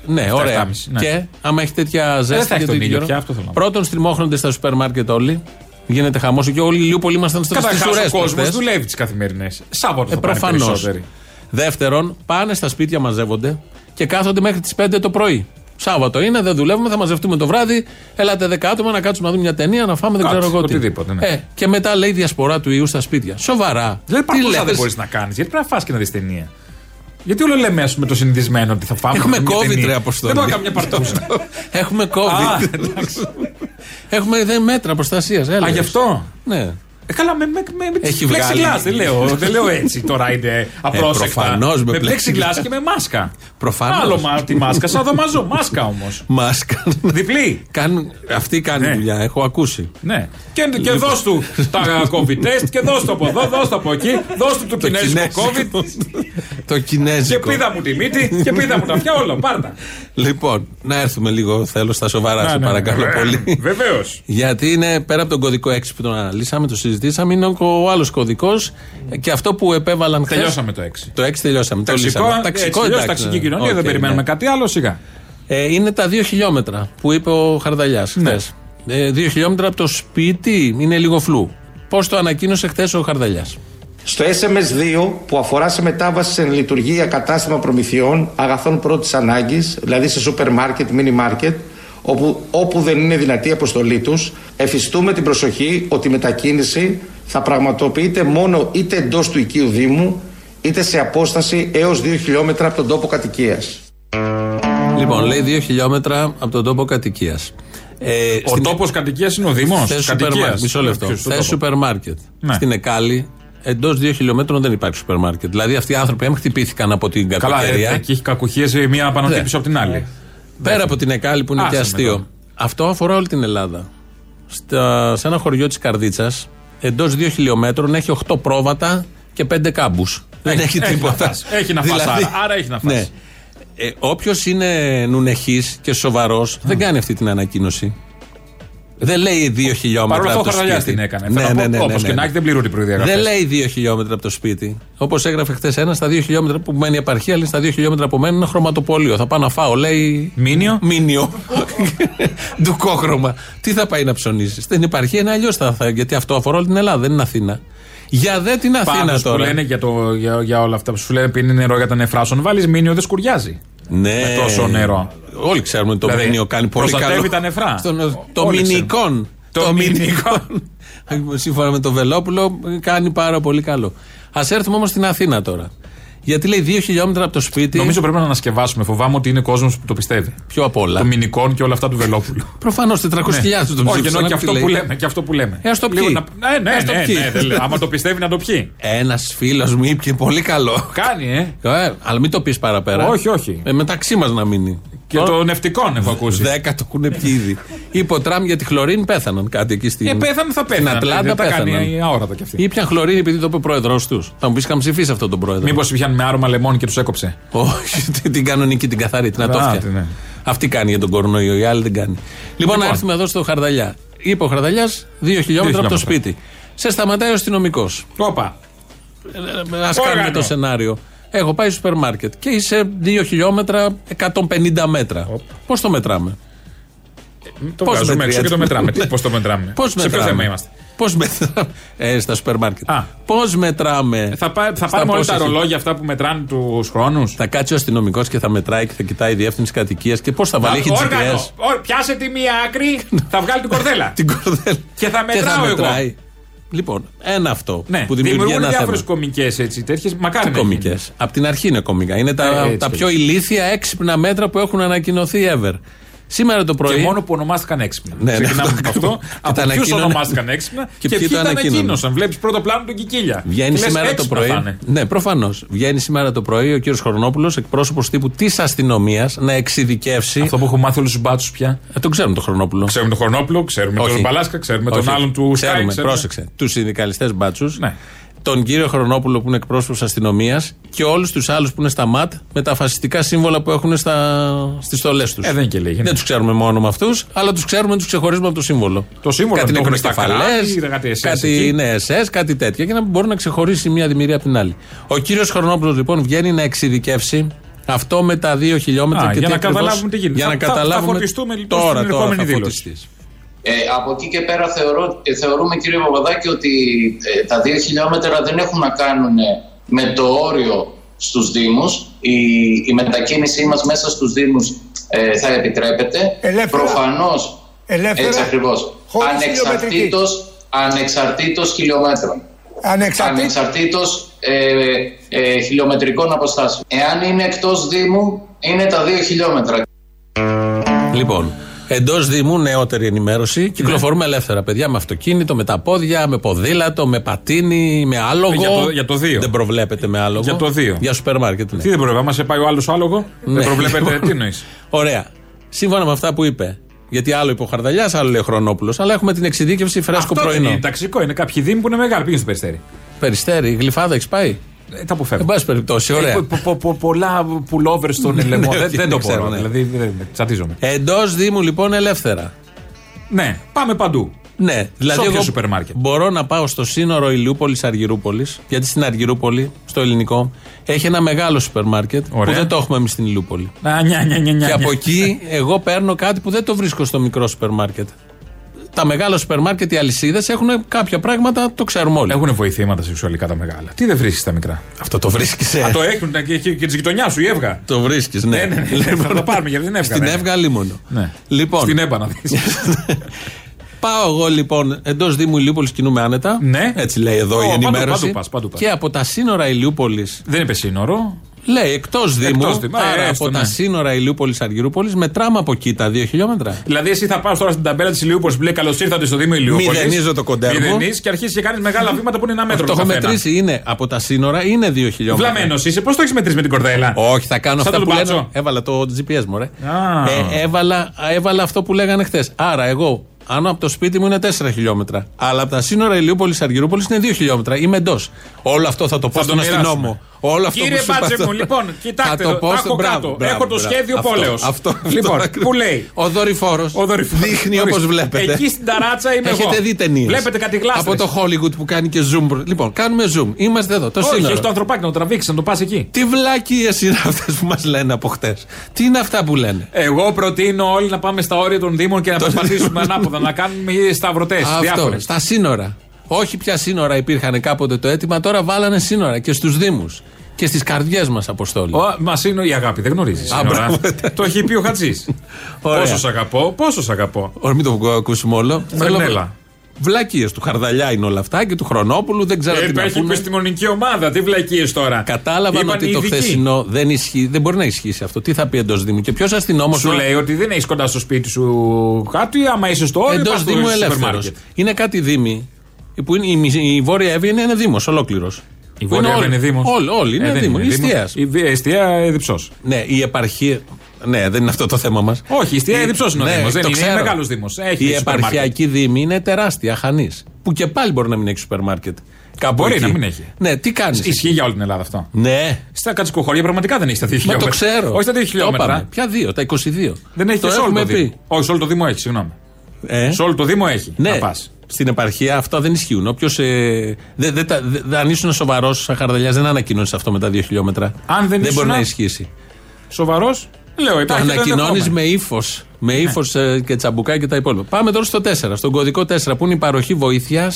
S2: Ναι,
S3: Εφτά,
S2: ωραία.
S3: εφτάμιση, ναι.
S2: Και άμα έχεις τέτοια ζέστη.
S3: θα έχει
S2: και
S3: τον
S2: τέτοιο
S3: ήλιο
S2: καιρό,
S3: πια, αυτό θέλω να πω.
S2: Πρώτον, στριμώχνονται στα σούπερ μάρκετ όλοι. Γίνεται χαμός και όλοι λίγο πολύ ήμασταν στι ουρέ
S3: Καταρχά ο κόσμο δουλεύει τις καθημερινές. Σάββατο
S2: Ε,
S3: θα πάνε
S2: Προφανώς.
S3: περισσότεροι.
S2: Δεύτερον, πάνε στα σπίτια, μαζεύονται και κάθονται μέχρι τις 5 το πρωί. Σάββατο είναι, δεν δουλεύουμε, θα μαζευτούμε το βράδυ. Έλατε 10 άτομα να κάτσουμε να δούμε μια ταινία, να φάμε, δεν
S3: Κάτι,
S2: ξέρω εγώ τι.
S3: οτιδήποτε, ναι.
S2: ε, και μετά λέει διασπορά του ιού στα σπίτια. Σοβαρά.
S3: Δηλαδή
S2: Τι
S3: παρκούσα
S2: λες?
S3: δεν μπορείς να κάνεις. Γιατί πρέπει να φά και να δεις ταινία. Γιατί όλο λέμε ας πούμε, το συνηθισμένο ότι θα φάμε.
S2: Έχουμε
S3: θα δούμε μια
S2: COVID,
S3: ταινία.
S2: ρε, Αποστόλη.
S3: Δεν πάω καμιά παρτούσα.
S2: Έχουμε
S3: Α,
S2: COVID.
S3: εντάξει.
S2: Έχουμε δε μέτρα προστασίας.
S3: Α, γι' αυτό.
S2: Ναι.
S3: Ε, καλά, με, με, με, με
S2: Έχει
S3: τις plexiglass,
S2: βγάλει. Ε,
S3: δεν λέω, δεν λέω έτσι τώρα είναι απρόσεκτα.
S2: προφανώς με
S3: με
S2: plexiglass.
S3: plexiglass και με μάσκα.
S2: Προφανώς.
S3: Άλλο μα, τη μάσκα, σαν δωμαζό. Μάσκα όμως.
S2: Μάσκα.
S3: Διπλή.
S2: Κάνουν- Αυτή κάνει
S3: Ναι.
S2: δουλειά, έχω ακούσει.
S3: Ναι. Και, και
S2: Λοιπόν.
S3: δώσ' του τα COVID test και δώσ' το από εδώ, δώσ' το από εκεί, δώσ' του το κινέζικο COVID
S2: το
S3: και
S2: κινέζικο.
S3: πίδα μου τη μύτη και πίδα μου τα αυτιά όλα. Πάρτα.
S2: Λοιπόν, να έρθουμε λίγο θέλω στα σοβαρά,
S3: Να,
S2: σε
S3: ναι.
S2: παρακαλώ πολύ.
S3: Βεβαίως.
S2: Γιατί είναι πέρα από τον κωδικό 6 που τον αναλύσαμε, το συζητήσαμε, είναι ο- ο άλλος κωδικός και αυτό που επέβαλαν χθες.
S3: Τελειώσαμε το 6.
S2: Το 6 τελειώσαμε. το λύσαμε.
S3: Ταξικό, ε, έτσι, ταξική κοινωνία,
S2: Οκ,
S3: δεν περιμένουμε
S2: ναι.
S3: κάτι άλλο, σιγά.
S2: Ε, είναι τα 2 χιλιόμετρα που είπε ο Χαρδαλιάς
S3: Ναι.
S2: χθες. Ε, 2 χιλιόμετρα από το σπίτι είναι λίγο φλού. Πώς το ανακοίνωσε χθες ο Χαρδαλιάς.
S7: Στο SMS2 που αφορά σε μετάβαση σε λειτουργία κατάστημα προμηθειών αγαθών πρώτης ανάγκης, δηλαδή σε σούπερ μάρκετ, μίνι μάρκετ, όπου, όπου δεν είναι δυνατή η αποστολή τους, εφιστούμε την προσοχή ότι η μετακίνηση θα πραγματοποιείται μόνο είτε εντός του οικίου Δήμου, είτε σε απόσταση έως 2 χιλιόμετρα από τον τόπο κατοικίας.
S2: Λοιπόν, λέει 2 χιλιόμετρα από τον τόπο κατοικίας. Ε,
S3: Ο τόπος κατοικίας είναι ο Δήμος.
S2: Θες σούπερ μάρκετ. Μισό λεπτό. Θε σούπερ μάρκετ.
S3: Ναι.
S2: Στην Εκάλη, εντός 2 χιλιόμετρων δεν υπάρχει σούπερ μάρκετ. Δηλαδή αυτοί οι άνθρωποι αν χτυπήθηκαν από την
S3: Καλά, ε,
S2: κακοκαιρία.
S3: εκεί έχει κακουχίες μία πάνω
S2: Ναι.
S3: πίσω από την άλλη.
S2: Πέρα από την Εκάλη που είναι
S3: Άσε
S2: και
S3: με
S2: αστείο.
S3: τώρα.
S2: Αυτό αφορά όλη την Ελλάδα. Στα, σε ένα χωριό της Καρδίτσας, εντός 2 χιλιόμετρων έχει 8 πρόβατα και 5 κάμπους. Δεν έχει
S3: έχει
S2: τίποτα.
S3: να φας. Έχει να φας, άρα- άρα έχει να φας.
S2: Ναι. Ε, Όποιος είναι νουνεχής και σοβαρός, δεν κάνει αυτή την ανακοίνωση. Δεν λέει 2 χιλιόμετρα.
S3: Παρ' όλα αυτά ο
S2: από το
S3: Χαρδαλιάς
S2: σπίτι. Ναι,
S3: την έκανε. Θέλω να πω, όπως και να έχει, δεν πληρούνται οι προδιαγραφές.
S2: Δεν λέει 2 χιλιόμετρα από το σπίτι. Όπως έγραφε χθες ένας, στα 2 χιλιόμετρα που μένει η επαρχία, λέει στα 2 χιλιόμετρα που μένει ένα χρωματοπόλιο. Θα πάω να φάω, λέει.
S3: Μήνιο.
S2: Μήνιο. Ντουκόχρωμα. Τι θα πάει να ψωνίσει. Στην επαρχία είναι αλλιώς θα, θα. Γιατί αυτό αφορά όλη την Ελλάδα, δεν είναι Αθήνα. Για δε την Αθήνα
S3: Πάνω που
S2: τώρα.
S3: λένε για, το, για, για όλα αυτά που σου λένε πίνει νερό για τα νεφρά σου, βάλει μήνιο δεν σκουριάζει.
S2: Ναι.
S3: με τόσο νερό.
S2: Όλοι ξέρουμε ότι το
S3: Δηλαδή,
S2: μήνιο κάνει πολύ καλό.
S3: προστατεύει τα νεφρά.
S2: Στον,
S3: Ό-
S2: το
S3: όλοι
S2: μηνικόν.
S3: Το μηνικόν.
S2: Σύμφωνα με τον Βελόπουλο, κάνει πάρα πολύ καλό. Ας έρθουμε όμως στην Αθήνα τώρα. Γιατί λέει 2 χιλιόμετρα από το σπίτι.
S3: Νομίζω πρέπει να ανασκευάσουμε. Φοβάμαι ότι είναι κόσμος που το πιστεύει.
S2: πιο απ' όλα.
S3: Το μηνικών και όλα αυτά του Βελόπουλου.
S2: Προφανώς 400.000
S3: Ναι.
S2: τον
S3: Όχι, ενώ
S2: ψήφισαν.
S3: και
S2: να πει
S3: αυτό
S2: λέει. Ε,
S3: που λέμε. Και αυτό που λέμε.
S2: Ας το
S3: Λίγο
S2: πιει. Ε,
S3: να- Ναι, ναι,
S2: Ας το
S3: ναι,
S2: πιει.
S3: ναι, δεν λέω. Άμα το πιστεύει να το πιει.
S2: Ένας φίλος μου είπε πολύ καλό.
S3: Κάνει, ε.
S2: Ε, αλλά μην το πεις παραπέρα.
S3: Όχι, όχι.
S2: Ε, μεταξύ μας να μείνει.
S3: Και
S2: Τώρα,
S3: των νευτικών έχω ακούσει.
S2: Δέκα το έχουν πει ήδη. Είπε ο Τραμ για τη χλωρίν πέθαναν κάτι εκεί στην.
S3: Ε, πέθανε, θα πέθανε.
S2: Στην Ατλάντα
S3: δεν τα
S2: πέθαναν.
S3: κάνει η αόρατα κι αυτή.
S2: Ήπιαν χλωρίν επειδή το είπε ο πρόεδρό τους. Θα μου πεις είχαν ψηφίσει αυτόν τον πρόεδρο.
S3: Μήπως πιάνει με άρωμα λεμόνι και τους έκοψε.
S2: Όχι, την- την κανονική, την καθαρή, την ατόφια.
S3: τη, ναι.
S2: Αυτή κάνει για τον κορονοϊό, η άλλη δεν κάνει. Λοιπόν, να έρθουμε εδώ στο Χαρδαλιά. Είπε ο Χαρδαλιάς, δύο χιλιόμετρα από το
S3: χιλιόμετρα.
S2: σπίτι. Σε σταματάει ο αστυνομικός.
S3: Όπα.
S2: Α ε, κάνουμε
S3: Όργανο.
S2: το σενάριο. Έχω πάει στο σούπερ μάρκετ και είσαι 2 χιλιόμετρα 150 μέτρα. Πώς το μετράμε,
S3: Το
S2: Πώς
S3: βγάζουμε
S2: μετριέται?
S3: έξω και το μετράμε. Πώς το μετράμε.
S2: Πώς μετράμε.
S3: Σε ποιο θέμα είμαστε.
S2: Πώς μετράμε. Ε, στα σούπερ μάρκετ.
S3: Α.
S2: Πώς μετράμε.
S3: Ε, Θα, πά, θα
S2: στα
S3: πάρουμε όλα
S2: πόσα
S3: τα
S2: χι-
S3: ρολόγια αυτά που μετράνε τους χρόνους.
S2: Θα κάτσει ο αστυνομικός και θα μετράει και θα κοιτάει η διεύθυνση κατοικίας και πώς θα βάλει. Έχει
S3: Όργανο.
S2: GPS.
S3: Ω, Πιάσε τη μία άκρη, θα βγάλει την κορδέλα.
S2: Την κορδέλα.
S3: Και θα
S2: Και θα
S3: μετράω εγώ.
S2: μετράει. Λοιπόν, ένα αυτό
S3: Ναι,
S2: που δημιουργεί
S3: δημιουργούν
S2: ένα θέμα.
S3: διάφορε κομικές έτσι τέτοιες. Μακάρι να
S2: Κομικές. Απ' την αρχή είναι κομικά. Είναι τα,
S3: Ε, έτσι
S2: τα
S3: κι
S2: πιο
S3: έτσι.
S2: ηλίθια έξυπνα μέτρα που έχουν ανακοινωθεί ever. Σήμερα το
S3: γίνει.
S2: πρωί.
S3: Και μόνο που ονομάστηκαν έξυπνα.
S2: Ναι, ναι,
S3: Ξεκινάμε
S2: αυτό
S3: με αυτό.
S2: ακριβώς. Και τα
S3: Από ποιους
S2: ανακοίνωνε.
S3: ονομάστηκαν έξυπνα
S2: Και
S3: και
S2: ποιοι
S3: ποιοι
S2: τα
S3: τα
S2: ανακοίνωνε.
S3: ανακοίνωσαν. Βλέπεις πρώτο πλάνο τον Κικίλια.
S2: Βγαίνει
S3: Και λες,
S2: σήμερα το
S3: έξυπνα θα
S2: πρωί.
S3: είναι.
S2: Ναι, προφανώς. Βγαίνει σήμερα το πρωί ο κύριος Χορνόπουλο, εκπρόσωπος τύπου της αστυνομίας, να εξειδικεύσει.
S3: Αυτό που έχω μάθει όλους τους μπάτσους πια.
S2: Ε, τον ξέρουμε τον Χρονόπουλο.
S3: Ξέρουμε τον Χορνόπουλο, ξέρουμε
S2: Όχι.
S3: τον Μπαλάσκα, ξέρουμε
S2: Όχι.
S3: τον άλλον του Σκάι.
S2: Ξέρουμε,
S3: ξέρουμε.
S2: πρόσεξε. Τους συνδικαλιστές μπάτσους.
S3: Ναι.
S2: Τον κύριο Χρονόπουλο που είναι εκπρόσωπος αστυνομίας και όλους τους άλλους που είναι στα ΜΑΤ με τα φασιστικά σύμβολα που έχουν στις στολές τους.
S3: Ε, δεν και λέγει, ναι.
S2: Δεν τους ξέρουμε μόνο με αυτούς, αλλά τους ξέρουμε, τους ξεχωρίζουμε από το σύμβολο.
S3: Το σύμβολο
S2: κάτι
S3: το έχουν στα
S2: νεκροκεφαλές,
S3: καράβια, κάτι SS
S2: κάτι
S3: εκεί.
S2: ναι, SS, κάτι τέτοια. Και να μπορεί να ξεχωρίσει μία δημιουργία από την άλλη. Ο κύριος Χρονόπουλος λοιπόν βγαίνει να εξειδικεύσει αυτό με τα δύο χιλιόμετρα
S3: Α,
S2: και
S3: για
S2: τι
S3: να
S2: ακριβώς-
S3: καταλάβουμε τι γίνεται.
S2: Για
S3: Θα-
S2: να
S3: θα- θα
S2: καταλάβουμε.
S3: φωτιστούμε, λοιπόν,
S2: τώρα,
S3: στην
S2: τώρα
S3: ερχόμενη
S2: θα
S3: δήλωση.
S2: φωτιστείς.
S8: Ε, από εκεί και πέρα θεωρώ, ε, θεωρούμε κύριε Παπαδάκη ότι ε, τα δύο χιλιόμετρα δεν έχουν να κάνουν ε, με το όριο στους Δήμους. Η, η μετακίνησή μας μέσα στους Δήμους ε, θα επιτρέπεται.
S9: Ελεύθερα.
S8: Προφανώς.
S9: Ελεύθερα.
S8: Έτσι ακριβώς.
S9: Χωρίς
S8: Ανεξαρτήτως, ανεξαρτήτως χιλιόμετρων.
S9: Ανεξαρτήτως.
S8: Ανεξαρτήτως ε, ε, χιλιομετρικών αποστάσεων. Εάν είναι εκτός Δήμου, είναι τα δύο χιλιόμετρα.
S2: Λοιπόν, εντός Δήμου, νεότερη
S3: Ναι.
S2: ενημέρωση. Κυκλοφορούμε ελεύθερα, παιδιά, με αυτοκίνητο, με τα πόδια, με ποδήλατο, με πατίνι, με άλογο.
S3: Ε, Για το- για το δύο.
S2: Δεν προβλέπετε με άλογο.
S3: Για το δύο.
S2: Για σούπερ μάρκετ, ναι.
S3: Τι δεν προβλέπετε, μα σε πάει ο άλλος άλογο.
S2: Ναι.
S3: Δεν προβλέπετε, τι νοεί.
S2: Ωραία. Σύμφωνα με αυτά που είπε. Γιατί άλλο είπε ο Χαρδαλιά, άλλο λέει ο Χρονόπουλος. Αλλά έχουμε την εξειδίκευση φρέσκο
S3: Αυτό δεν
S2: πρωινό.
S3: είναι ταξικό. Είναι κάποιοι δήμοι που είναι μεγάλοι. Πήγαινε στο περιστέρι.
S2: Περιστέρι, γλυφάδα, έχεις πάει.
S3: Ε, τα
S2: Εν
S3: αποφεύγω.
S2: πάση περιπτώσει, ωραία.
S3: Ε, πο- πο- πο- πολλά πουλόβερ στον ελαιμό.
S2: ναι,
S3: Δεν-
S2: δεν
S3: Δεν το
S2: ξέρω,
S3: μπορώ.
S2: ναι.
S3: Δηλαδή δεν- τσατίζομαι.
S2: Εντός Δήμου, λοιπόν, ελεύθερα.
S3: Ναι, πάμε παντού.
S2: Ναι, δηλαδή
S3: όποιο
S2: εγώ
S3: σούπερ μάρκετ.
S2: μπορώ να πάω στο σύνορο Ηλιούπολη-Αργυρούπολη, γιατί στην Αργυρούπολη, στο ελληνικό, έχει ένα μεγάλο σούπερ μάρκετ
S3: Ωραία.
S2: που δεν το έχουμε εμείς στην Ηλιούπολη.
S3: Α, νιά, νιά, νιά, νιά,
S2: Και από
S3: νιά.
S2: εκεί εγώ παίρνω κάτι που δεν το βρίσκω στο μικρό σούπερ μάρκετ. Τα μεγάλα σούπερ μάρκετ, οι αλυσίδες έχουν κάποια πράγματα, το ξέρουμε όλοι.
S3: Έχουν βοηθήματα σεξουαλικά τα μεγάλα. Τι δεν βρίσκεις τα μικρά.
S2: Αυτό το βρίσκεις.
S3: Α, το έχουν και, και, και της γειτονιάς σου, η Εύγα.
S2: Το βρίσκεις, ναι.
S3: Ναι, ναι, ναι, θα το πάρουμε, γιατί δεν έβγαλε.
S2: Στην Εύγα λίμωνο.
S3: Ναι.
S2: Λοιπόν,
S3: Στην Έμπα να δεις.
S2: Πάω εγώ λοιπόν εντός Δήμου Ηλιούπολης, κινούμε άνετα.
S3: Ναι.
S2: Έτσι λέει εδώ
S3: Ω,
S2: η
S3: παντού,
S2: ενημέρωση.
S3: παντού πας, παντού πας.
S2: Και από τα σύνορα Ηλιούπολης,
S3: δεν είπε σύνορο.
S2: λέει εκτός Δήμου.
S3: Εκτός Δήμου, ε,
S2: άρα
S3: έστω,
S2: από τα
S3: ναι.
S2: σύνορα Ηλιούπολης Αργυρούπολης, μετράμε από εκεί τα 2 χιλιόμετρα.
S3: Δηλαδή, εσύ θα πα τώρα στην ταμπέλα της Ηλιούπολης που λέει Καλώς ήρθατε στο Δήμο Ηλιούπολης.
S2: Μηδενίζω το κοντέρμο.
S3: Μηδενίζει και αρχίζει και κάνεις μεγάλα βήματα που είναι ένα μέτρο.
S2: Το
S3: το
S2: έχω
S3: καθένα.
S2: μετρήσει, είναι από τα σύνορα, είναι 2 χιλιόμετρα.
S3: Βλαμμένος είσαι, πώς το έχεις μετρήσει με την κορδέλα.
S2: Όχι, θα κάνω
S3: Σαν
S2: αυτά
S3: τον
S2: που
S3: Μπάτσο.
S2: λένε. Έβαλα το GPS μου, ρε.
S3: Α.
S2: Ε, έβαλα, έβαλα αυτό που λέγανε χθες. Άρα, εγώ άνω από το σπίτι μου είναι 4 χιλιόμετρα. Αλλά από τα σύνορα Ηλιούπολη-Αργυρούπολη είναι 2 χιλιόμετρα. Είμαι εντός. Όλο αυτό θα το πω
S3: Θα
S2: στον
S3: το μοιράσουμε.
S2: αστυνόμο. Όλο αυτό
S3: Κύριε
S2: που σου
S3: Μπάτζε
S2: είπα
S3: μου,
S2: θα-
S3: λοιπόν, κοιτάξτε εδώ, τα έχω
S2: μπράβο,
S3: κάτω.
S2: μπράβο,
S3: Έχω το
S2: μπράβο.
S3: σχέδιο
S2: Αυτό,
S3: πόλεως.
S2: Αυτό.
S3: Λοιπόν,
S2: αυτό
S3: που λέει.
S2: Ο δορυφόρος.
S3: Ο δορυφόρος.
S2: Δείχνει όπω
S3: Ορίστε.
S2: βλέπετε.
S3: Εκεί στην ταράτσα είμαι εγώ.
S2: Έχετε δει ταινίες.
S3: Βλέπετε κάτι γλάστρες.
S2: Από το Hollywood που κάνει και zoom. Λοιπόν, κάνουμε zoom. Είμαστε εδώ. Το
S3: Όχι,
S2: σύνορο.
S3: έχει το ανθρωπάκι να το τραβήξεις, να το πας εκεί.
S2: Τι βλάκιε είναι αυτές που μας λένε από χτες. Τι είναι αυτά που λένε.
S3: Εγώ προτείνω όλοι να πάμε στα όρια των Δήμων και να προσπαθήσουμε ανάποδα, να κάνουμε σταυρωτές.
S2: Αυτό.
S3: Διάφορες.
S2: Στα σύνορα. Όχι πια σύνορα υπήρχαν κάποτε το αίτημα, τώρα βάλανε σύνορα και στους Δήμους. Και στις καρδιές μας, Αποστόλη.
S3: Μας είναι η αγάπη, δεν γνωρίζεις.
S2: Α, μπράβο.
S3: Το έχει πει ο Χατζής.
S2: Ωραία.
S3: Πόσο σ' αγαπώ, πόσο σ' αγαπώ.
S2: Ω, μην το ακούσουμε όλο.
S3: Μαρινέλα.
S2: Βλακίες του Χαρδαλιά είναι όλα αυτά και του Χρονόπουλου, δεν ξέρω
S3: Ε,
S2: τι να
S3: Υπάρχει
S2: πούνε.
S3: επιστημονική ομάδα, τι βλακίες τώρα.
S2: Κατάλαβαν
S3: Είπαν
S2: ότι
S3: οι
S2: το
S3: ειδικοί.
S2: χθεσινό δεν, ισχύει, δεν μπορεί να ισχύσει αυτό. Τι θα πει εντός Δήμου και ποιος αστυνόμος.
S3: Σου λέει ότι δεν έχεις κοντά στο σπίτι σου κάτι, άμα είσαι στο όριο.
S2: Εντός
S3: πας στο
S2: Δήμου
S3: σούπερ
S2: ελεύθερο.
S3: μάρκετ.
S2: Είναι κάτι Δήμοι. Που είναι, η, μισή- η Βόρεια Εύη είναι ένας Δήμος ολόκληρος.
S3: Η Βόρεια είναι Ε, Δήμος.
S2: Όλοι, όλοι είναι Δήμο. Η Εστία.
S3: Η Β- Εστία ε, Εδιψό.
S2: Ναι, η επαρχία. Ναι, δεν είναι αυτό το θέμα μας.
S3: Όχι, η Εστία Εδιψό είναι ο Δήμος. Δεν είναι μεγάλος Δήμος.
S2: Η επαρχιακή Δήμη είναι τεράστια, χανής. Που και πάλι μπορεί να μην έχει σούπερ μάρκετ. Κάπου
S3: Μπορεί
S2: εκεί.
S3: να μην έχει.
S2: Ναι, τι κάνεις.
S3: Ισχύει για όλη την Ελλάδα αυτό.
S2: Ναι,
S3: Στα κατσικοχώρια πραγματικά δεν έχει τα 2
S2: μα
S3: χιλιόμετρα.
S2: το ξέρω.
S3: Όχι τα 2
S2: Το είπαμε.
S3: χιλιόμετρα.
S2: Ποια δύο, τα 22.
S3: Δεν έχει
S2: το
S3: και σε όλο
S2: έχουμε
S3: το Δήμο.
S2: πει.
S3: Όχι, σε όλο το Δήμο έχει, συγγνώμη.
S2: Ε,
S3: Σε όλο το Δήμο έχει.
S2: ναι,
S3: Να πας.
S2: στην επαρχία αυτά δεν ισχύουν. Όποιος. Ε, δε, δε, τα- δε- δε- αν ήσουν σοβαρός, σαν χαρδαλιάς, δεν ανακοίνωνε αυτό με τα 2 χιλιόμετρα.
S3: Αν δεν
S2: δεν μπορεί
S3: ήσουν,
S2: να ισχύσει.
S3: Σοβαρός. Λέω,
S2: Το
S3: υπάρχει.
S2: ανακοινώνεις με ύφος. Με
S3: Ναι.
S2: ύφος και τσαμπουκά και τα υπόλοιπα. Πάμε τώρα στο 4, στον κωδικό 4, που είναι η παροχή βοήθειας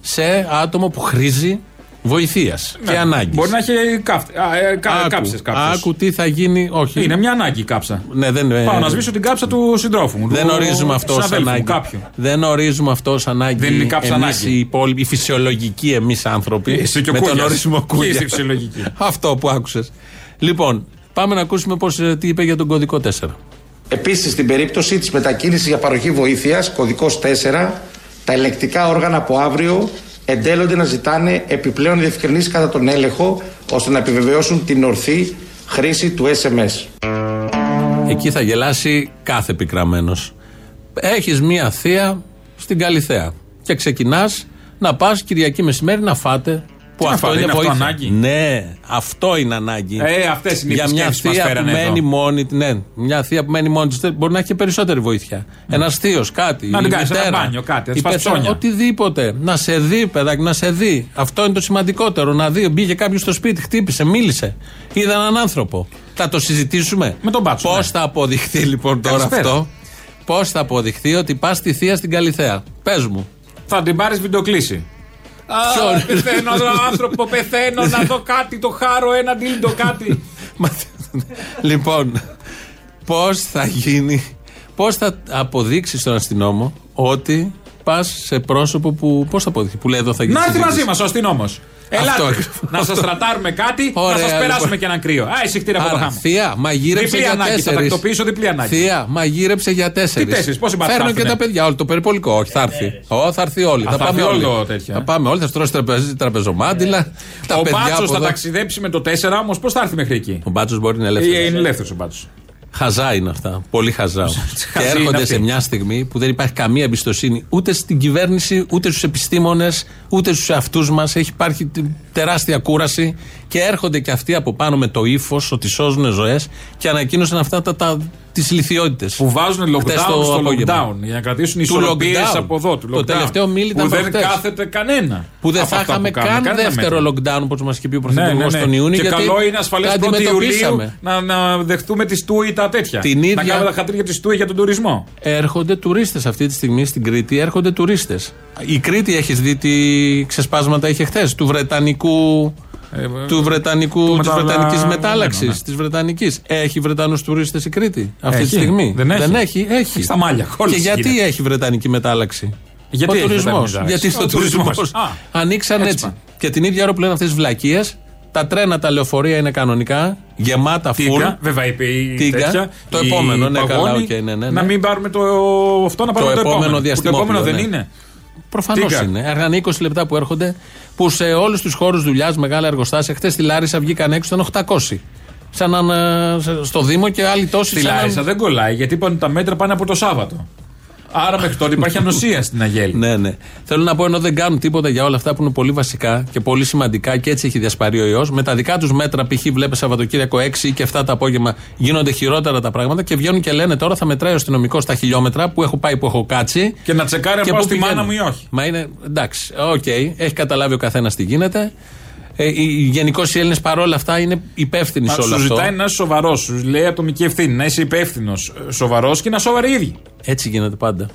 S2: σε άτομο που χρήζει βοηθείας και ανάγκης.
S3: Ναι. Μπορεί να έχει κάφ- α, ε, κα- κάψε
S2: άκου τι θα γίνει. Όχι.
S3: Είναι μια ανάγκη η κάψα.
S2: Ναι, δεν, ε,
S3: Πάω να σβήσω την κάψα του συντρόφου μου.
S2: Δεν
S3: του
S2: ορίζουμε αυτό ως
S3: συναδέλφου μου,
S2: ανάγκη.
S3: Κάποιου.
S2: Δεν ορίζουμε αυτό ως ανάγκη.
S3: Δεν είναι κάποιος
S2: εμείς
S3: ανάγκη.
S2: Οι, υπόλοιποι, οι φυσιολογικοί εμείς άνθρωποι.
S3: Εσύ και ο
S2: με τον
S3: Κούγιας.
S2: ορισμό
S3: Και
S2: Κούγια.
S3: εσύ φυσιολογική.
S2: αυτό που άκουσες. Λοιπόν, πάμε να ακούσουμε πώς, ε, τι είπε για τον κωδικό 4.
S7: Επίσης, στην περίπτωση της μετακίνησης για παροχή βοήθειας, κωδικός 4, τα ελεκτικά όργανα από αύριο εντέλονται να ζητάνε επιπλέον διευκρινήσεις κατά τον έλεγχο ώστε να επιβεβαιώσουν την ορθή χρήση του SMS.
S2: Εκεί θα γελάσει κάθε πικραμένος. Έχεις μία θεία στην Καλιθέα. Και ξεκινάς να πας Κυριακή μεσημέρι να φάτε. Που
S3: να φάτε, είναι αυτό
S2: βοήθεια.
S3: ανάγκη?
S2: Ναι, αυτό είναι ανάγκη.
S3: Ε, αυτές είναι οι
S2: Για μια
S3: επισκέψεις που μας
S2: θεία που
S3: φέρανε εδώ.
S2: μένει μόνη τη. Ναι, μια θεία που μένει μόνη της, δεν- Μπορεί να έχει και περισσότερη βοήθεια. Ένας θείος, κάτι.
S3: Ναι. Να
S2: η
S3: την κάνεις ένα
S2: μητέρα,
S3: μπάνιο, κάτι, να της
S2: η
S3: φας
S2: πεθερά,
S3: ψώνια.
S2: Οτιδήποτε. Να σε δει, παιδάκι, να σε δει. Αυτό είναι το σημαντικότερο. Να δει. Μπήκε κάποιος στο σπίτι, χτύπησε, μίλησε. Είδα έναν άνθρωπο. Θα το συζητήσουμε.
S3: Με τον Μπάτσο,
S2: Πώς
S3: ναι.
S2: θα αποδειχθεί λοιπόν τώρα
S3: Καλησπέρα.
S2: αυτό, Πώς θα αποδειχθεί ότι πας στη θεία στην Καλιθέα. Πες μου.
S3: Θα την πάρεις βιντεοκλήση.
S2: Ποιον?
S3: Α, πεθαίνω, ρε άνθρωπο, πεθαίνω να δω κάτι, το χάρο, ένα ντύλντο, κάτι.
S2: Μα- λοιπόν, πώς θα γίνει, πώς θα αποδείξεις στον αστυνόμο ότι πας σε πρόσωπο που. Πώς θα αποδείξει, που λέει εδώ θα γίνει.
S3: Να έρθει
S2: συζήτηση.
S3: μαζί μας ο αστυνόμος. Ελάτε.
S2: ακριβώς.
S3: Να σας τρατάρουμε κάτι,
S2: Ωραία,
S3: να σα
S2: λοιπόν.
S3: περάσουμε και έναν κρύο. Α, εισηχτήρια από το
S2: Άρα,
S3: χάμα.
S2: θεία, μαγείρεψε
S3: Διπλή
S2: για
S3: ανάγκη, θα
S2: τέσσερις.
S3: τακτοποιήσω διπλή ανάγκη.
S2: Θεία, μαγείρεψε για τέσσερις.
S3: τέσσερις, πόσοι μπάτες
S2: Φέρνω
S3: θα
S2: και τα
S3: έρθουνε?
S2: παιδιά, όλο το περιπολικό. Όχι, θα έρθει. Ω, θα έρθει όλοι.
S3: Α,
S2: Θα
S3: θα
S2: πάμε
S3: έρθει
S2: όλοι.
S3: όλο τέτοια.
S2: Θα πάμε όλοι, θα στρώσει τραπεζι- τραπεζομάντιλα. Τα
S3: Ο
S2: παιδιά
S3: Μπάτσος
S2: από
S3: θα
S2: εδώ.
S3: ταξιδέψει με το 4, όμως πώς θα έρθει μέχρι εκεί.
S2: Ο μπάτσος μπορεί να είναι
S3: Ε,
S2: ελεύθερο.
S3: Είναι ελεύθερος ο Μπάτσος.
S2: Χαζά είναι αυτά. Πολύ χαζά. και
S3: είναι
S2: έρχονται
S3: αυτοί.
S2: σε μια στιγμή που δεν υπάρχει καμία εμπιστοσύνη ούτε στην κυβέρνηση, ούτε στους επιστήμονες, ούτε στους εαυτούς μας. Έχει υπάρχει τε- τεράστια κούραση. Και έρχονται και αυτοί από πάνω με το ύφος ότι σώζουν ζωές και ανακοίνωσαν αυτά τα, τα, τις λυθιότητε.
S3: Που βάζουν lockdown
S2: Χτες το
S3: στο
S2: απόγευμα.
S3: lockdown για να κρατήσουν
S2: Του
S3: ισορροπίες
S2: lockdown.
S3: από εδώ. Του
S2: Το
S3: lockdown.
S2: τελευταίο μίλη ήταν
S3: Που δεν
S2: προχτές.
S3: κάθεται κανένα.
S2: Που δεν
S3: από
S2: θα
S3: αυτά
S2: είχαμε
S3: που κάνουν.
S2: καν
S3: Κανένα
S2: δεύτερο
S3: μέτρο.
S2: lockdown, όπως μας είχε πει ο
S3: Ναι,
S2: Πρωθυπουργός
S3: ναι, ναι.
S2: τον Ιούνιο.
S3: και
S2: γιατί
S3: καλό είναι ασφαλέ
S2: τα
S3: 1η Ιουλίου
S2: αντιμετωπίσαμε.
S3: να, να δεχτούμε τη Τούι τα τέτοια.
S2: Την
S3: Να
S2: ίδια-
S3: κάνουμε τα χατήρια της Τούι για τον τουρισμό.
S2: Έρχονται τουρίστες αυτή τη στιγμή στην Κρήτη. Έρχονται τουρίστες. Η Κρήτη έχεις δει τι ξεσπάσματα είχε χθες του Βρετανικού.
S3: Ε, ε,
S2: του Βρετανικού,
S3: του
S2: της
S3: μεταλα-
S2: Βρετανικής μετάλλαξης,
S3: ναι, ναι.
S2: της Βρετανικής. Έχει Βρετανούς τουρίστες η Κρήτη αυτή
S3: Έχει.
S2: τη στιγμή.
S3: Δεν έχει.
S2: Δεν έχει, έχει.
S3: Στα μάλια,
S2: Και
S3: όλες
S2: γιατί
S3: γίνεται.
S2: έχει Βρετανική μετάλλαξη.
S3: Γιατί
S2: ο
S3: έχει
S2: τουρισμός.
S3: Βρετανική μετάλλαξη.
S2: Γιατί στο
S3: Ο τουρισμός.
S2: τουρισμός.
S3: Α,
S2: Ανοίξαν
S3: έτσι
S2: έτσι. Και την ίδια ώρα που λένε αυτές τις βλακίες, τα τρένα, τα λεωφορεία είναι κανονικά, γεμάτα, full.
S3: Τίγκα, βέβαια είπε η
S2: Τίγκα.
S3: τέτοια.
S2: Το
S3: η
S2: επόμενο, ναι, καλά,
S3: παγώνη,
S2: οκ, ναι, ναι, ναι.
S3: Να μην πάρουμε το αυτό, να πάρουμε το,
S2: επόμενο
S3: Που Το
S2: διαστημόπλαιο,
S3: επόμενο δεν
S2: ναι.
S3: είναι.
S2: Προφανώς
S3: Τίγκα.
S2: είναι. Αργάνε 20 λεπτά που έρχονται, που σε όλους τους χώρους δουλειάς, μεγάλα εργοστάσια, χθε στη Λάρισα βγήκαν έξω, ήταν 800. Σαν να- ε, σε- στο Δήμο και άλλοι τόσοι.
S3: Στη
S2: σαν να-
S3: Λάρισα δεν κολλάει γιατί είπαν ότι τα μέτρα πάνε από το Σάββατο. Άρα μέχρι τότε υπάρχει ανοσία στην Αγέλη.
S2: Ναι, ναι. Θέλω να πω ενώ δεν κάνουν τίποτα για όλα αυτά που είναι πολύ βασικά και πολύ σημαντικά και έτσι έχει διασπαρεί ο ιός. Με τα δικά τους μέτρα, π.χ. βλέπεις Σαββατοκύριακο 6 ή και 7 το απόγευμα, γίνονται χειρότερα τα πράγματα και βγαίνουν και λένε τώρα θα μετράει ο αστυνομικός τα χιλιόμετρα που έχω πάει, που έχω κάτσει.
S3: Και να τσεκάρει αν
S2: Και
S3: πάω
S2: πού
S3: στη μάνα
S2: πηγαίνω.
S3: μου ή όχι.
S2: Μα είναι εντάξει, οκ, έχει καταλάβει ο καθένας τι γίνεται. Ε, Γενικώς οι Έλληνες παρόλα αυτά είναι υπεύθυνοι
S3: Μα
S2: σε όλο
S3: Σου
S2: αυτό.
S3: ζητάει να είσαι σοβαρός, σου λέει ατομική ευθύνη. Να είσαι υπεύθυνος, σοβαρός και να σοβαροί οι ίδιοι.
S2: Έτσι γίνεται πάντα.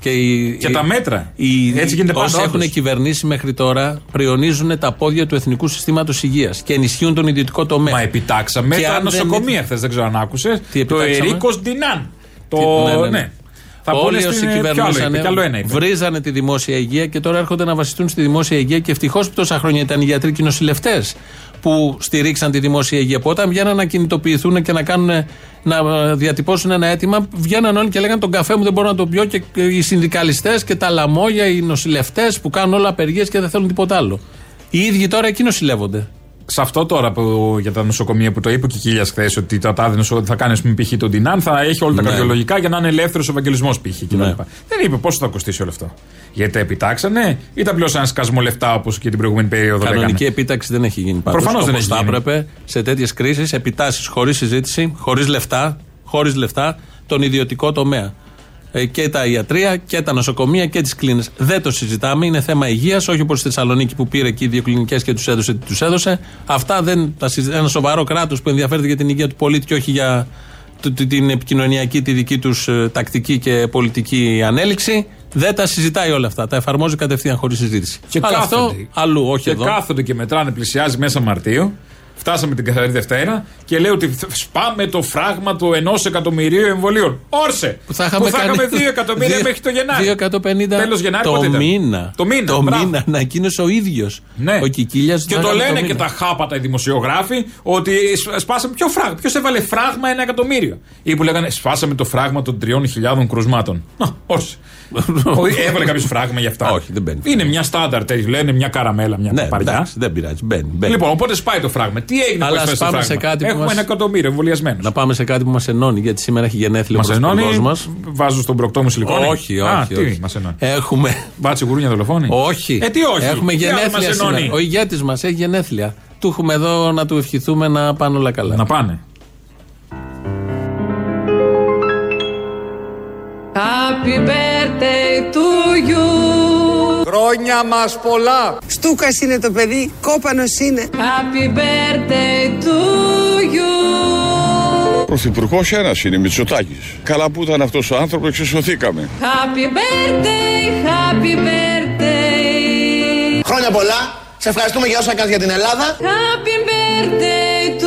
S2: Και, οι,
S3: Και
S2: οι-
S3: τα μέτρα.
S2: οι-
S3: Έτσι γίνεται πάντα.
S2: Όσοι
S3: όντως.
S2: έχουν κυβερνήσει μέχρι τώρα πριονίζουν τα πόδια του Εθνικού Συστήματος Υγείας και ενισχύουν τον ιδιωτικό τομέα.
S3: Μα επιτάξαμε
S2: Και
S3: τα
S2: αν δεν
S3: νοσοκομεία χθες, δεν ξέρω αν άκουσες.
S2: Τι
S3: Το
S2: επιτάξαμε?
S3: Ερίκος Ντινάν. Το.
S2: Τι- ναι, ναι,
S3: Ναι,
S2: ναι.
S3: Θα πούνε
S2: Όλοι
S3: στην- ε,
S2: όσοι
S3: ποιο άλλο είπε,
S2: κυβερνούσαν
S3: Κι άλλο ένα είπε.
S2: βρίζανε τη δημόσια υγεία και τώρα έρχονται να βασιστούν στη δημόσια υγεία και ευτυχώς που τόσα χρόνια ήταν οι γιατροί και οι νοσηλευτές που στηρίξαν τη δημόσια υγεία. Που όταν βγαίναν να κινητοποιηθούν και να, κάνουν, να ε, διατυπώσουν ένα αίτημα, βγαίναν όλοι και λέγανε τον καφέ μου δεν μπορώ να τον πιω και ε, οι συνδικαλιστές και τα λαμόγια, οι νοσηλευτές που κάνουν όλα απεργίες και δεν θέλουν τίποτα άλλο. Οι ίδιοι τώρα εκεί νοσηλεύονται.
S3: Σε αυτό τώρα που, για τα νοσοκομεία που το είπε και η Κίλια χθες, ότι τα τάδε νοσοκομεία θα κάνει ας πούμε, π.χ. τον Τινάν, θα έχει όλα τα
S2: Ναι.
S3: καρδιολογικά για να είναι ελεύθερος ο Ευαγγελισμός π.χ. κτλ.
S2: Ναι.
S3: Δεν είπε πόσο θα κοστίσει όλο αυτό. Γιατί τα επιτάξανε ή τα πλήρωσαν ένα σκασμό λεφτά όπως και την προηγούμενη περίοδο
S2: Κανονική
S3: λέγανε.
S2: επίταξη δεν έχει γίνει πάντως.
S3: Προφανώς δεν
S2: Όπως
S3: έχει
S2: θα
S3: γίνει.
S2: έπρεπε σε τέτοιες κρίσεις, επιτάσεις χωρίς συζήτηση, χωρίς λεφτά, χωρίς λεφτά, τον ιδιωτικό τομέα. Ε, και τα ιατρία και τα νοσοκομεία και τις κλίνες. Δεν το συζητάμε. Είναι θέμα υγείας, όχι όπως στη Θεσσαλονίκη που πήρε εκεί δύο κλινικές και τους έδωσε τι τους έδωσε. Αυτά δεν τα συζητάμε. Ένα σοβαρό κράτος που ενδιαφέρεται για την υγεία του πολίτη και όχι για το- τη- την επικοινωνιακή, τη δική τους τακτική και ε, πολιτική ανέλυξη. Δεν τα συζητάει όλα αυτά. Τα εφαρμόζει κατευθείαν χωρίς συζήτηση.
S3: Και
S2: Αλλά αυτό
S3: κάθονται.
S2: αλλού, όχι
S3: και
S2: εδώ.
S3: κάθονται και μετράνε, πλησιάζει μέσα Μαρτίου. Φτάσαμε την καθαρή Δευτέρα και λέει ότι θ- σπάμε το φράγμα του ενός εκατομμυρίου εμβολίων. Όρσε!
S2: Που θα είχαμε, κάνει...
S3: δύο εκατομμύρια
S2: δύο-
S3: μέχρι το Γενάρη.
S2: 250
S3: Τέλος Γενάρη,
S2: το
S3: πότε ήταν?
S2: μήνα.
S3: Το μήνα, μπράβο.
S2: μήνα ανακοίνωσε ο ίδιος.
S3: Ναι.
S2: Ο Κικίλιας
S3: και
S2: να
S3: το
S2: κάνει
S3: λένε και
S2: μήνα.
S3: τα χάπατα οι δημοσιογράφοι ότι σ- σπάσαμε ποιο φράγμα. Ποιος έβαλε φράγμα ένα εκατομμύριο. Ή που λέγανε σπάσαμε το φράγμα των 3.000 κρουσμάτων. Να, Όχι. Ο- Έβαλε κάποιος φράγμα για αυτά.
S2: Όχι, δεν μπαίνει.
S3: Είναι μια στάνταρ τέτοια. Λένε μια καραμέλα, μια
S2: Ναι,
S3: παπαριά.
S2: εντάξει, δεν πειράζει. Μπαίνει, μπαίνει.
S3: Λοιπόν, οπότε σπάει το φράγμα. Τι έγινε
S2: Αλλά
S3: που έσπασε το
S2: πάμε
S3: φράγμα.
S2: σε κάτι που
S3: Έχουμε
S2: μας-
S3: ένα εκατομμύριο εμβολιασμένους.
S2: Να πάμε σε κάτι που μας ενώνει, γιατί σήμερα έχει γενέθλιο ο
S3: Μα ενώνει.
S2: πρωθυπουργός μας.
S3: Βάζω στον προκτό μου σιλικόνη.
S2: Όχι, όχι.
S3: Α, τι
S2: όχι.
S3: μας ενώνει.
S2: Έχουμε.
S3: Βάτσι γουρούνια δολοφόνη.
S2: Όχι.
S3: Ε, τι όχι.
S2: Έχουμε
S3: Τι άλλο
S2: γενέθλια
S3: μας ενώνει.
S2: σήμερα. Ο ηγέτης μας έχει γενέθλια. Του έχουμε εδώ να του ευχηθούμε να πάνε όλα καλά.
S3: Να πάνε.
S10: Happy birthday to you.
S11: Χρόνια μας πολλά.
S12: Στούκας είναι το παιδί, κόπανος είναι.
S10: Happy birthday to you.
S13: Πρωθυπουργός ένας είναι, Μητσοτάκης. Καλά που ήταν αυτός ο άνθρωπος, εξισωθήκαμε.
S10: Happy birthday, happy birthday.
S14: Χρόνια πολλά. Σε ευχαριστούμε για όσα κάνεις για την Ελλάδα.
S10: Happy birthday to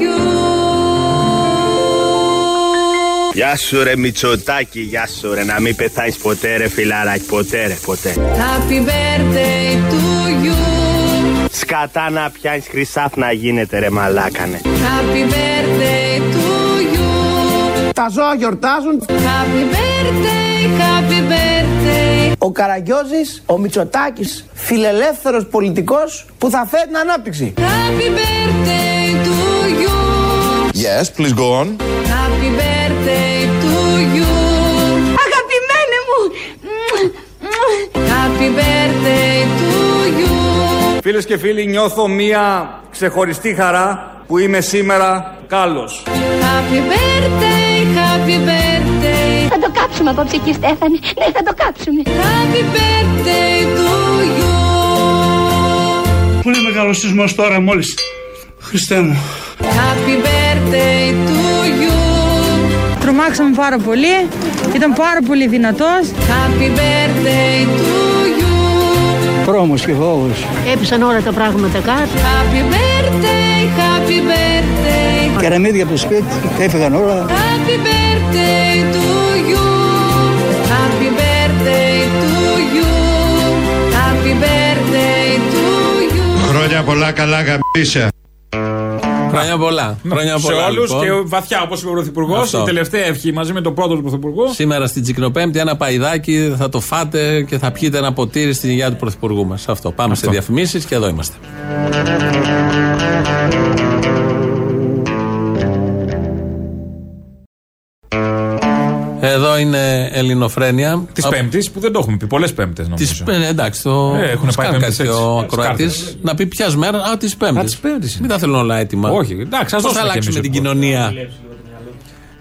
S10: you.
S14: Γεια σου ρε Μητσοτάκη, γεια σου ρε. Να μην πεθάνεις ποτέ ρε φιλαράκι, ποτέ ρε, ποτέ.
S10: Happy birthday to you.
S14: Σκατά να πιάνεις χρυσάφ να γίνεται ρε μαλάκανε.
S10: Happy birthday to you.
S14: Τα ζώα γιορτάζουν.
S10: Happy birthday, happy birthday.
S14: Ο Καραγκιόζης, ο Μητσοτάκης, φιλελεύθερος πολιτικός που θα φέρει την ανάπτυξη.
S10: Happy birthday to you.
S13: Yes, please go on.
S10: Happy birthday to you. Αγαπημένη μου. Happy birthday to you.
S14: Φίλες και φίλοι, νιώθω μία ξεχωριστή χαρά που είμαι σήμερα κάλος.
S10: Happy birthday, happy birthday.
S15: Θα το κάψουμε απόψε εκεί, Στέφανη. Ναι, θα το κάψουμε.
S10: Happy birthday to you.
S14: Πολύ μεγάλο σεισμός τώρα μόλις. Χριστέ μου.
S10: Happy birthday to you.
S15: Τρομάξαμε πάρα πολύ. Ήταν πάρα πολύ δυνατός.
S10: Happy birthday to you.
S14: Πρόμος και φόβος.
S15: Έπεσαν όλα τα πράγματα κάτω.
S10: Happy birthday, happy birthday.
S14: Κεραμίδια από το σπίτι, έφυγαν όλα.
S10: Happy birthday to you. Happy birthday to you. Happy birthday to you.
S13: Χρόνια πολλά, καλά γαμπίσια.
S2: Χρόνια πολλά. Χρόνια
S3: σε
S2: πολλά.
S3: όλους
S2: λοιπόν.
S3: και βαθιά, όπως είπε ο Πρωθυπουργός,
S2: Αυτό.
S3: η τελευταία ευχή μαζί με τον πρώτο του Πρωθυπουργού.
S2: Σήμερα στην Τσικνοπέμπτη ένα παϊδάκι θα το φάτε και θα πιείτε ένα ποτήρι στην υγεία του Πρωθυπουργού μας. Αυτό. Πάμε σε διαφημίσεις και εδώ είμαστε. Εδώ είναι Ελληνοφρένια.
S3: Της
S2: Από-
S3: Πέμπτης που δεν το έχουμε πει. Πολλές Πέμπτες νομίζω.
S2: Της Πέμπτη. Εντάξει, το.
S3: Ε, έχουν
S2: μας
S3: πάει
S2: κάνει
S3: Πέμπτες
S2: κάτι
S3: έτσι.
S2: ο
S3: Τις
S2: Ακροατή.
S3: κάρτες.
S2: Να πει ποιας μέρα. Α, της Πέμπτης.
S3: Α, τις Πέμπτες είναι.
S2: Μην τα θέλουν όλα έτοιμα.
S3: Όχι, εντάξει,
S2: Πώς
S3: ας δώσουμε
S2: θα
S3: κι
S2: αλλάξουμε
S3: εμείς
S2: την
S3: λίγο.
S2: κοινωνία.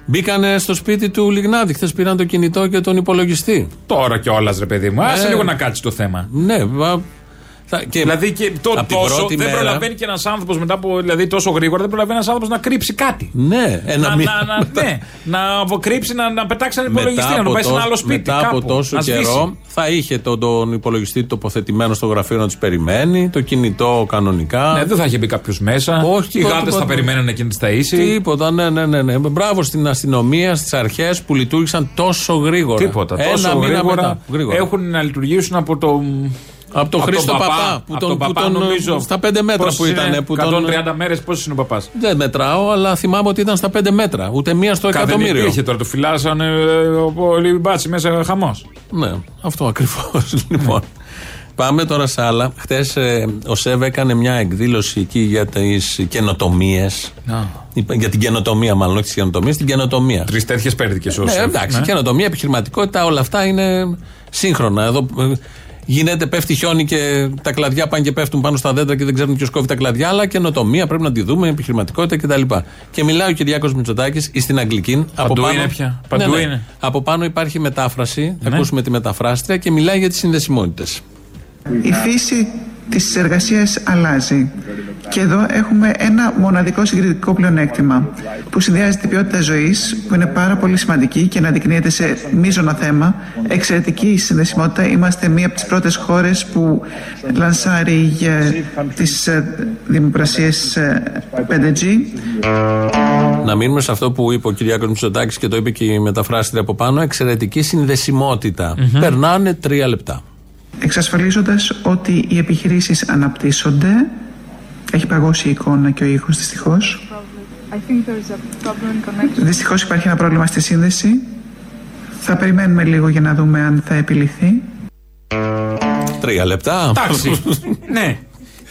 S2: Μπήκανε στο σπίτι του Λιγνάδη. Χθες πήραν το κινητό και τον υπολογιστή.
S3: Τώρα κιόλας, ρε παιδί μου.
S2: Ε.
S3: Άσε λίγο να κάτσει το θέμα.
S2: Ναι, βα- θα- και
S3: Δηλαδή και το
S2: απ' την
S3: τόσο
S2: πρώτη
S3: δεν
S2: μέρα-
S3: προλαβαίνει και ένας άνθρωπος μετά από. Δηλαδή τόσο γρήγορα δεν προλαβαίνει ένας άνθρωπος να κρύψει κάτι.
S2: Ναι, ένα
S3: Να,
S2: μήνα
S3: να, να,
S2: μετά.
S3: ναι, να κρύψει, να, να πετάξει έναν
S2: Μετά
S3: υπολογιστή, να
S2: από
S3: τον πάει σε ένα
S2: τόσ-
S3: άλλο σπίτι.
S2: Μετά
S3: κάπου,
S2: από τόσο
S3: να σβήσει.
S2: καιρό θα είχε τον, τον υπολογιστή τοποθετημένο στο γραφείο να τους περιμένει, το κινητό κανονικά.
S3: Ναι, δεν θα είχε μπει κάποιος μέσα.
S2: Όχι,
S3: Οι
S2: τίποτα,
S3: γάτες θα
S2: τίποτα.
S3: περιμένανε εκείνη τη ταΐση.
S2: Τίποτα, ναι, ναι, ναι, ναι. Μπράβο στην αστυνομία, στις αρχές που λειτουργήσαν τόσο γρήγορα.
S3: Τίποτα.
S2: Ένα
S3: Τόσο
S2: μήνα
S3: γρήγορα,
S2: μετά. Γρήγορα.
S3: έχουν να λειτουργήσουν από το.
S2: Από τον
S3: από
S2: Χρήστο
S3: τον
S2: Παπά, που τον-
S3: από τον
S2: που
S3: Παπά,
S2: τον, ε,
S3: νομίζω.
S2: στα πέντε μέτρα
S3: Πόσες
S2: που ήταν,
S3: είναι,
S2: που τον-
S3: 130 μέρε, πόσε είναι ο Παπάς.
S2: Δεν μετράω, αλλά θυμάμαι ότι ήταν στα πέντε μέτρα. Ούτε μία στο
S3: Δεν
S2: εκατομμύριο.
S3: υπήρχε τώρα, του φυλάσανε ε, πολύ μπάτσι μέσα χαμός.
S2: Ναι, αυτό ακριβώς. λοιπόν. Πάμε τώρα σε άλλα. Χθες ο ΣΕΒ έκανε μια εκδήλωση εκεί για τις καινοτομίες. Για την καινοτομία, μάλλον, όχι τις καινοτομίες, την καινοτομία.
S3: Τρεις τέτοιες παίρνει
S2: Ναι, εντάξει, καινοτομία, επιχειρηματικότητα, όλα αυτά είναι σύγχρονα. Εδώ ε, γίνεται, πέφτει χιόνι και τα κλαδιά πάνε και πέφτουν πάνω στα δέντρα και δεν ξέρουν ποιος κόβει τα κλαδιά. Αλλά καινοτομία πρέπει να τη δούμε, επιχειρηματικότητα κτλ. Και μιλάει ο Κυριάκος Μητσοτάκης στην Αγγλική.
S3: Παντού είναι πια, παντού
S2: ναι, ναι.
S3: είναι. Ναι.
S2: Από πάνω υπάρχει μετάφραση, θα ακούσουμε τη μεταφράστρια και μιλάει για τις συνδεσιμότητες.
S14: Η φύση της εργασίας αλλάζει
S12: Και εδώ έχουμε ένα μοναδικό συγκριτικό πλεονέκτημα που συνδυάζει την ποιότητα ζωής, που είναι πάρα πολύ σημαντική και αναδεικνύεται σε μείζωνα θέμα. Εξαιρετική συνδεσιμότητα. Είμαστε μία από τις πρώτες χώρες που λανσάρει ε, τι δημοπρασίες ε, 5G.
S2: Να μείνουμε σε αυτό που είπε ο Κυριάκος Μητσοτάκης και το είπε και η μεταφράστρια από πάνω. Εξαιρετική συνδεσιμότητα. Περνάνε τρία λεπτά.
S12: εξασφαλίζοντας ότι οι επιχειρήσεις αναπτύσσονται. Έχει παγώσει η εικόνα και ο ήχος δυστυχώς. Δυστυχώς υπάρχει ένα πρόβλημα στη σύνδεση. Θα περιμένουμε λίγο για να δούμε αν θα επιληθεί.
S2: Τρία λεπτά.
S3: Εντάξει. ναι.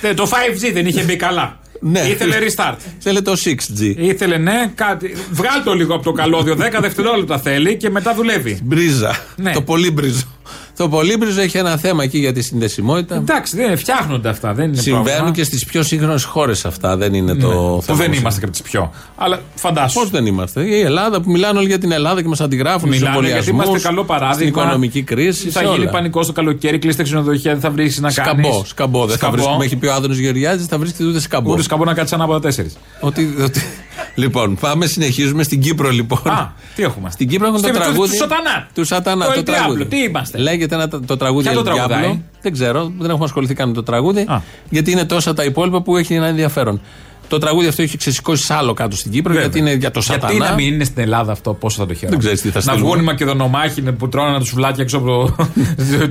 S3: Ε, Το 5G δεν είχε μπει καλά.
S2: Ναι.
S3: Ήθελε restart.
S2: Θέλει το 6G.
S3: Ήθελε, ναι, κάτι. Βγάλ το λίγο από το καλώδιο. 10 δευτερόλεπτα θέλει και μετά δουλεύει.
S2: Μπρίζα.
S3: Ναι.
S2: Το πολύμπριζο. Το πολύμπριζο έχει ένα θέμα εκεί για τη συνδεσιμότητα.
S3: Εντάξει, δεν είναι, φτιάχνονται αυτά. Δεν είναι
S2: Συμβαίνουν
S3: πρόβλημα.
S2: και στις πιο σύγχρονες χώρες αυτά. Δεν είναι το
S3: Ναι.
S2: θέμα.
S3: Που δεν είμαστε και από τις πιο. Αλλά φαντάσου.
S2: Πώς δεν είμαστε. Η Ελλάδα που μιλάνε όλοι για την Ελλάδα και μας αντιγράφουν στους
S3: Μιλάνε γιατί είμαστε καλό παράδειγμα.
S2: Στην οικονομική κρίση.
S3: Θα
S2: σε
S3: γίνει
S2: όλα.
S3: πανικό το καλοκαίρι, κλείστε ξενοδοχεία, δεν θα βρει να κάνεις.
S2: Σκαμπό, σκαμπό. Δεν θα βρίσκει, με έχει πει ο Άδωνο Γεωργιάδη, θα βρίσκεται ούτε σκαμπό.
S3: Ούτε σκαμπό να κάτσεις ανάποδα τέσσερις.
S2: Ότι, ότι... λοιπόν, πάμε, συνεχίζουμε στην Κύπρο λοιπόν. Α,
S3: τι έχουμε.
S2: Στην Κύπρο έχουν το
S3: Στην- του-
S2: τραγούδι.
S3: του Σατανά.
S2: Του Σατανά,
S3: Το
S2: το,
S3: El Diablo,
S2: τραγούδι.
S3: τι είμαστε.
S2: Λέγεται ένα, το, το τραγούδι
S3: Ποια το
S2: El Diablo.
S3: τραγουδάει?
S2: Δεν ξέρω, δεν έχουμε ασχοληθεί καν με το τραγούδι. Γιατί είναι τόσα τα υπόλοιπα που έχει ένα ενδιαφέρον. Το τραγούδι αυτό έχει ξεσηκώσει σ' άλλο κάτω στην Κύπρο γιατί είναι για το Σατανά.
S3: Γιατί να μην είναι στην Ελλάδα αυτό, πόσο θα το χαίρομαι.
S2: Δεν ξέρεις τι θα
S3: Να
S2: στείλουμε.
S3: βγουν οι Μακεδονομάχοι που τρώνε του σουβλάκια έξω από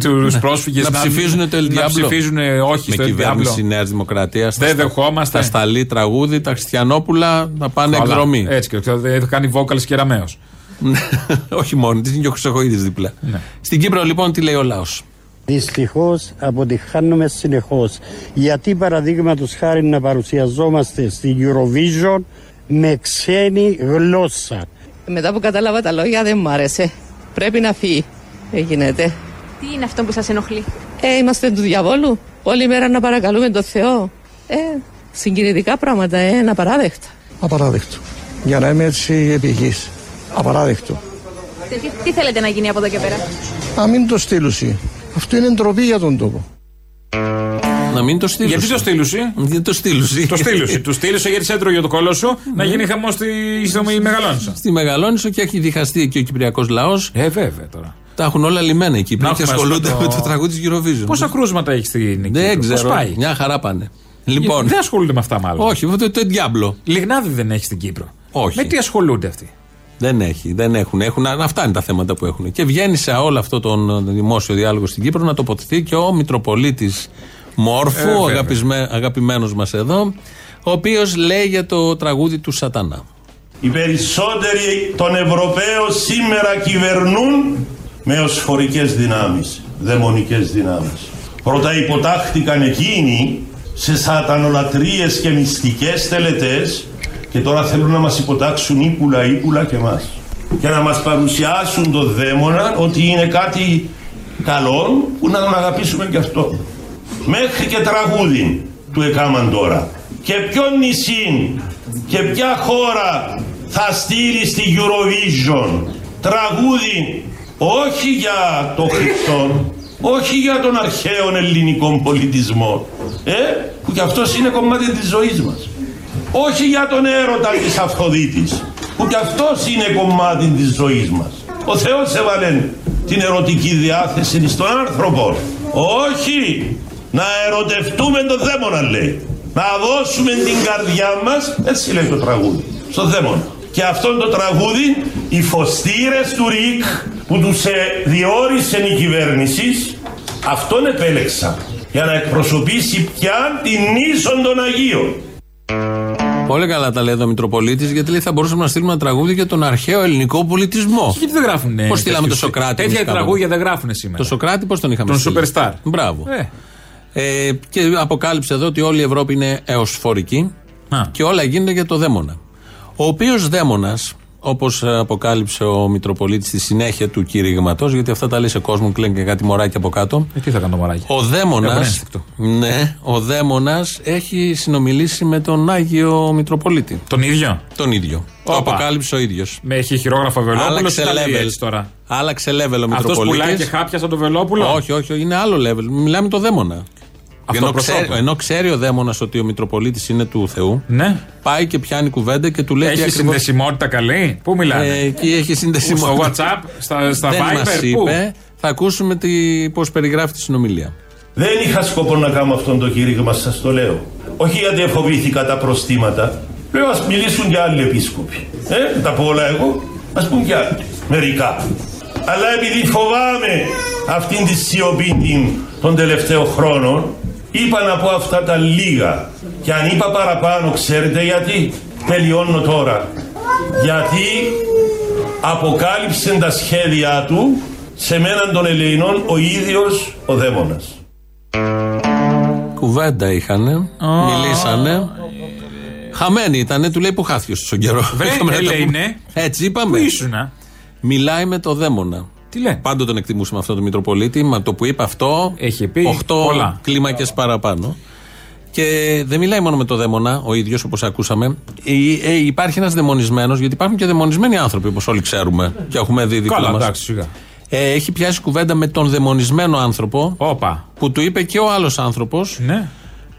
S3: τους πρόσφυγες.
S2: Ναι. να, ψηφίζουν το El Diablo.
S3: Να ψηφίζουν ε, όχι
S2: με
S3: στο El
S2: κυβέρνηση
S3: Diablo.
S2: Νέας Δημοκρατίας.
S3: Δεν δεχόμαστε.
S2: Τα σταλεί τραγούδι, τα Χριστιανόπουλα να πάνε
S3: Καλά.
S2: Ναι, εκδρομή.
S3: Έτσι και ε, θα κάνει vocals και ραμαίος.
S2: Όχι μόνη της, είναι και ο Χρυσοχοίδης δίπλα.
S3: Ναι.
S2: Στην Κύπρο λοιπόν τι λέει ο λαός.
S16: Δυστυχώς αποτυχάνουμε συνεχώς. Γιατί παραδείγματος χάρη να παρουσιαζόμαστε στην Eurovision με ξένη γλώσσα.
S17: Μετά που κατάλαβα τα λόγια δεν μου άρεσε. Πρέπει να φύγει. Δεν γίνεται.
S18: Τι είναι αυτό που σας ενοχλεί.
S17: Ε, είμαστε του διαβόλου. Όλη μέρα να παρακαλούμε τον Θεό. Ε, συγκινητικά πράγματα, ε, είναι απαράδεκτα.
S19: Απαράδεκτο. Για να είμαι έτσι επιγής. Απαράδεκτο.
S18: Τι, τι- τι θέλετε να γίνει από εδώ και πέρα.
S19: Να μην το στείλουσι. Αυτό είναι ντροπή για τον τόπο.
S2: Να μην το στείλουν.
S3: Γιατί το στείλουσι.
S2: Γιατί το στείλουσι.
S3: Το στείλουσι. Του στείλουσι γιατί σε έτρωγε το κόλλο σου να
S2: Ναι.
S3: γίνει χαμός στη, στο Μεγαλόνισσα.
S2: Στη Μεγαλόνισο και έχει διχαστεί και ο Κυπριακός λαός.
S3: Ε, βέβαια τώρα.
S2: Τα έχουν όλα λιμένα εκεί.
S3: Να
S2: Πρέπει και
S3: έχουμε
S2: ασχολούνται
S3: αυτό
S2: με το τραγούδι της Eurovision.
S3: Πόσα κρούσματα έχει στην Κύπρο.
S2: Δεν
S3: πώς
S2: ξέρω.
S3: πάει.
S2: Μια χαρά πάνε. Λοιπόν.
S3: Δεν ασχολούνται με αυτά μάλλον.
S2: Όχι, το, το διάμπλο.
S3: Λιγνάδι δεν έχει στην Κύπρο.
S2: Όχι.
S3: Με τι ασχολούνται αυτοί.
S2: Δεν έχει, δεν έχουν. έχουν. Αυτά είναι τα θέματα που έχουν. Και βγαίνει σε όλο αυτό τον δημόσιο διάλογο στην Κύπρο να τοποθετεί και ο Μητροπολίτης Μόρφου,
S3: Ε, βέβαια.
S2: ο αγαπησμέ, αγαπημένος μας εδώ, ο οποίος λέει για το τραγούδι του Σατανά.
S14: Οι περισσότεροι των Ευρωπαίων σήμερα κυβερνούν με οσφορικές δυνάμεις, δαιμονικές δυνάμεις. Πρώτα υποτάχθηκαν εκείνοι σε σατανολατρίες και μυστικές τελετές και τώρα θέλουν να μας υποτάξουν ύπουλα ύπουλα και μας. Και να μας παρουσιάσουν το δαίμονα ότι είναι κάτι καλό που να τον αγαπήσουμε και αυτό. Μέχρι και τραγούδι του έκαναν τώρα. Και ποιο νησί και ποια χώρα θα στείλει στη Eurovision τραγούδι όχι για το Χριστόν, όχι για τον αρχαίον ελληνικό πολιτισμό, ε, που κι αυτός είναι κομμάτι της ζωής μας. Όχι για τον έρωτα της Αφροδίτης, που κι αυτός είναι κομμάτι της ζωής μας. Ο Θεός έβαλε την ερωτική διάθεση στον άνθρωπο. Όχι να ερωτευτούμε τον δαίμονα λέει. Να δώσουμε την καρδιά μας, έτσι λέει το τραγούδι, στον δαίμονα. Και αυτό το τραγούδι οι φωστήρες του ΡΙΚ που τους ε, διόρισε η κυβέρνηση αυτόν επέλεξαν για να εκπροσωπήσει πια την ίσον των Αγίων.
S2: Πολύ καλά τα λέει εδώ ο Μητροπολίτης, γιατί λέει θα μπορούσαμε να στείλουμε ένα τραγούδι για τον αρχαίο ελληνικό πολιτισμό.
S3: Γιατί δεν γράφουν.
S2: Πώς στείλαμε το Σοκράτη. εμείς
S3: Τέτοια
S2: κάποτε.
S3: τραγούδια δεν γράφουν σήμερα.
S2: Το Σοκράτη πώς τον είχαμε
S3: Τον
S2: στείλει.
S3: Superstar.
S2: Μπράβο.
S3: Ε.
S2: Ε, και αποκάλυψε εδώ ότι όλη η Ευρώπη είναι εωσφορική και όλα γίνονται για το δαίμονα. Ο οποίος δαίμονας, όπως ε, αποκάλυψε ο Μητροπολίτης στη συνέχεια του κηρύγματος, γιατί αυτά τα λέει σε κόσμο, κλαίνουν και κάτι μωράκι από κάτω.
S3: Ε, τι θα κάνω μωράκι.
S2: Ο δαίμονας.
S3: Έχω ένστικτο.
S2: Ναι, ο δαίμονας έχει συνομιλήσει με τον Άγιο Μητροπολίτη.
S3: Τον ίδιο.
S2: Τον ίδιο. Το
S3: Όπα.
S2: αποκάλυψε ο ίδιος.
S3: Με έχει χειρόγραφα Βελόπουλο
S2: Άλλαξε
S3: και τα λέει
S2: level.
S3: έτσι τώρα.
S2: Άλλαξε level ο
S3: Αυτός
S2: Μητροπολίτης.
S3: πουλάει και χάπια σαν τον Βελόπουλο.
S2: Όχι, όχι, είναι άλλο level. Μιλάμε το δαίμονα. Ενώ
S3: Αυτοπροσώπου.
S2: ξέρει, ενώ ξέρει ο δαίμονας ότι ο Μητροπολίτης είναι του Θεού,
S3: ναι.
S2: πάει και πιάνει κουβέντα και του λέει
S3: Έχει
S2: τι ακριβώς-
S3: συνδεσιμότητα καλή. Πού μιλάνε.
S2: Ε, εκεί έχει
S3: Στο
S2: συνδεσιμότητα.
S3: WhatsApp, στα, στα
S2: Δεν
S3: Viber.
S2: μας
S3: πού?
S2: είπε. Θα ακούσουμε τι, πώς περιγράφει τη συνομιλία.
S14: Δεν είχα σκοπό να κάνω αυτόν το κήρυγμα, σας το λέω. Όχι γιατί φοβήθηκα τα προστήματα. Λέω, ας μιλήσουν και άλλοι επίσκοποι. Ε, δεν τα πω όλα εγώ, ας πούν και άλλοι. Μερικά. Αλλά επειδή φοβάμαι αυτήν τη σιωπή την, των τελευταίων χρόνων, είπα να πω αυτά τα λίγα. Και αν είπα παραπάνω, ξέρετε γιατί. Τελειώνω τώρα. Γιατί αποκάλυψε τα σχέδιά του σε μέναν των Ελληνών ο ίδιος ο δαίμονας.
S2: Κουβέντα είχανε, μιλήσανε. Χαμένη ήτανε, του λέει που χάθηκε στον καιρό.
S3: Βρε,
S2: Είχαμε να τα
S3: λέει,
S2: πούμε.
S3: ναι.
S2: Έτσι είπαμε.
S3: Πού ήσουνα.
S2: Μιλάει με το δαίμονα.
S3: Τι λέει.
S2: Πάντοτε τον εκτιμούσαμε αυτό τον Μητροπολίτη. Μα το που είπε αυτό. Έχει πει.
S3: πολλά.
S2: κλίμακε παραπάνω. Και δεν μιλάει μόνο με το δαίμονα, ο ίδιος όπως ακούσαμε. Υ- ε, υπάρχει ένας δαιμονισμένος, γιατί υπάρχουν και δαιμονισμένοι άνθρωποι, όπως όλοι ξέρουμε και έχουμε δει δίπλα
S3: Καλά,
S2: μας.
S3: εντάξει, σιγά.
S2: Ε, έχει πιάσει κουβέντα με τον δαιμονισμένο άνθρωπο.
S3: Όπα.
S2: Που του είπε και ο άλλος άνθρωπος.
S3: Ναι.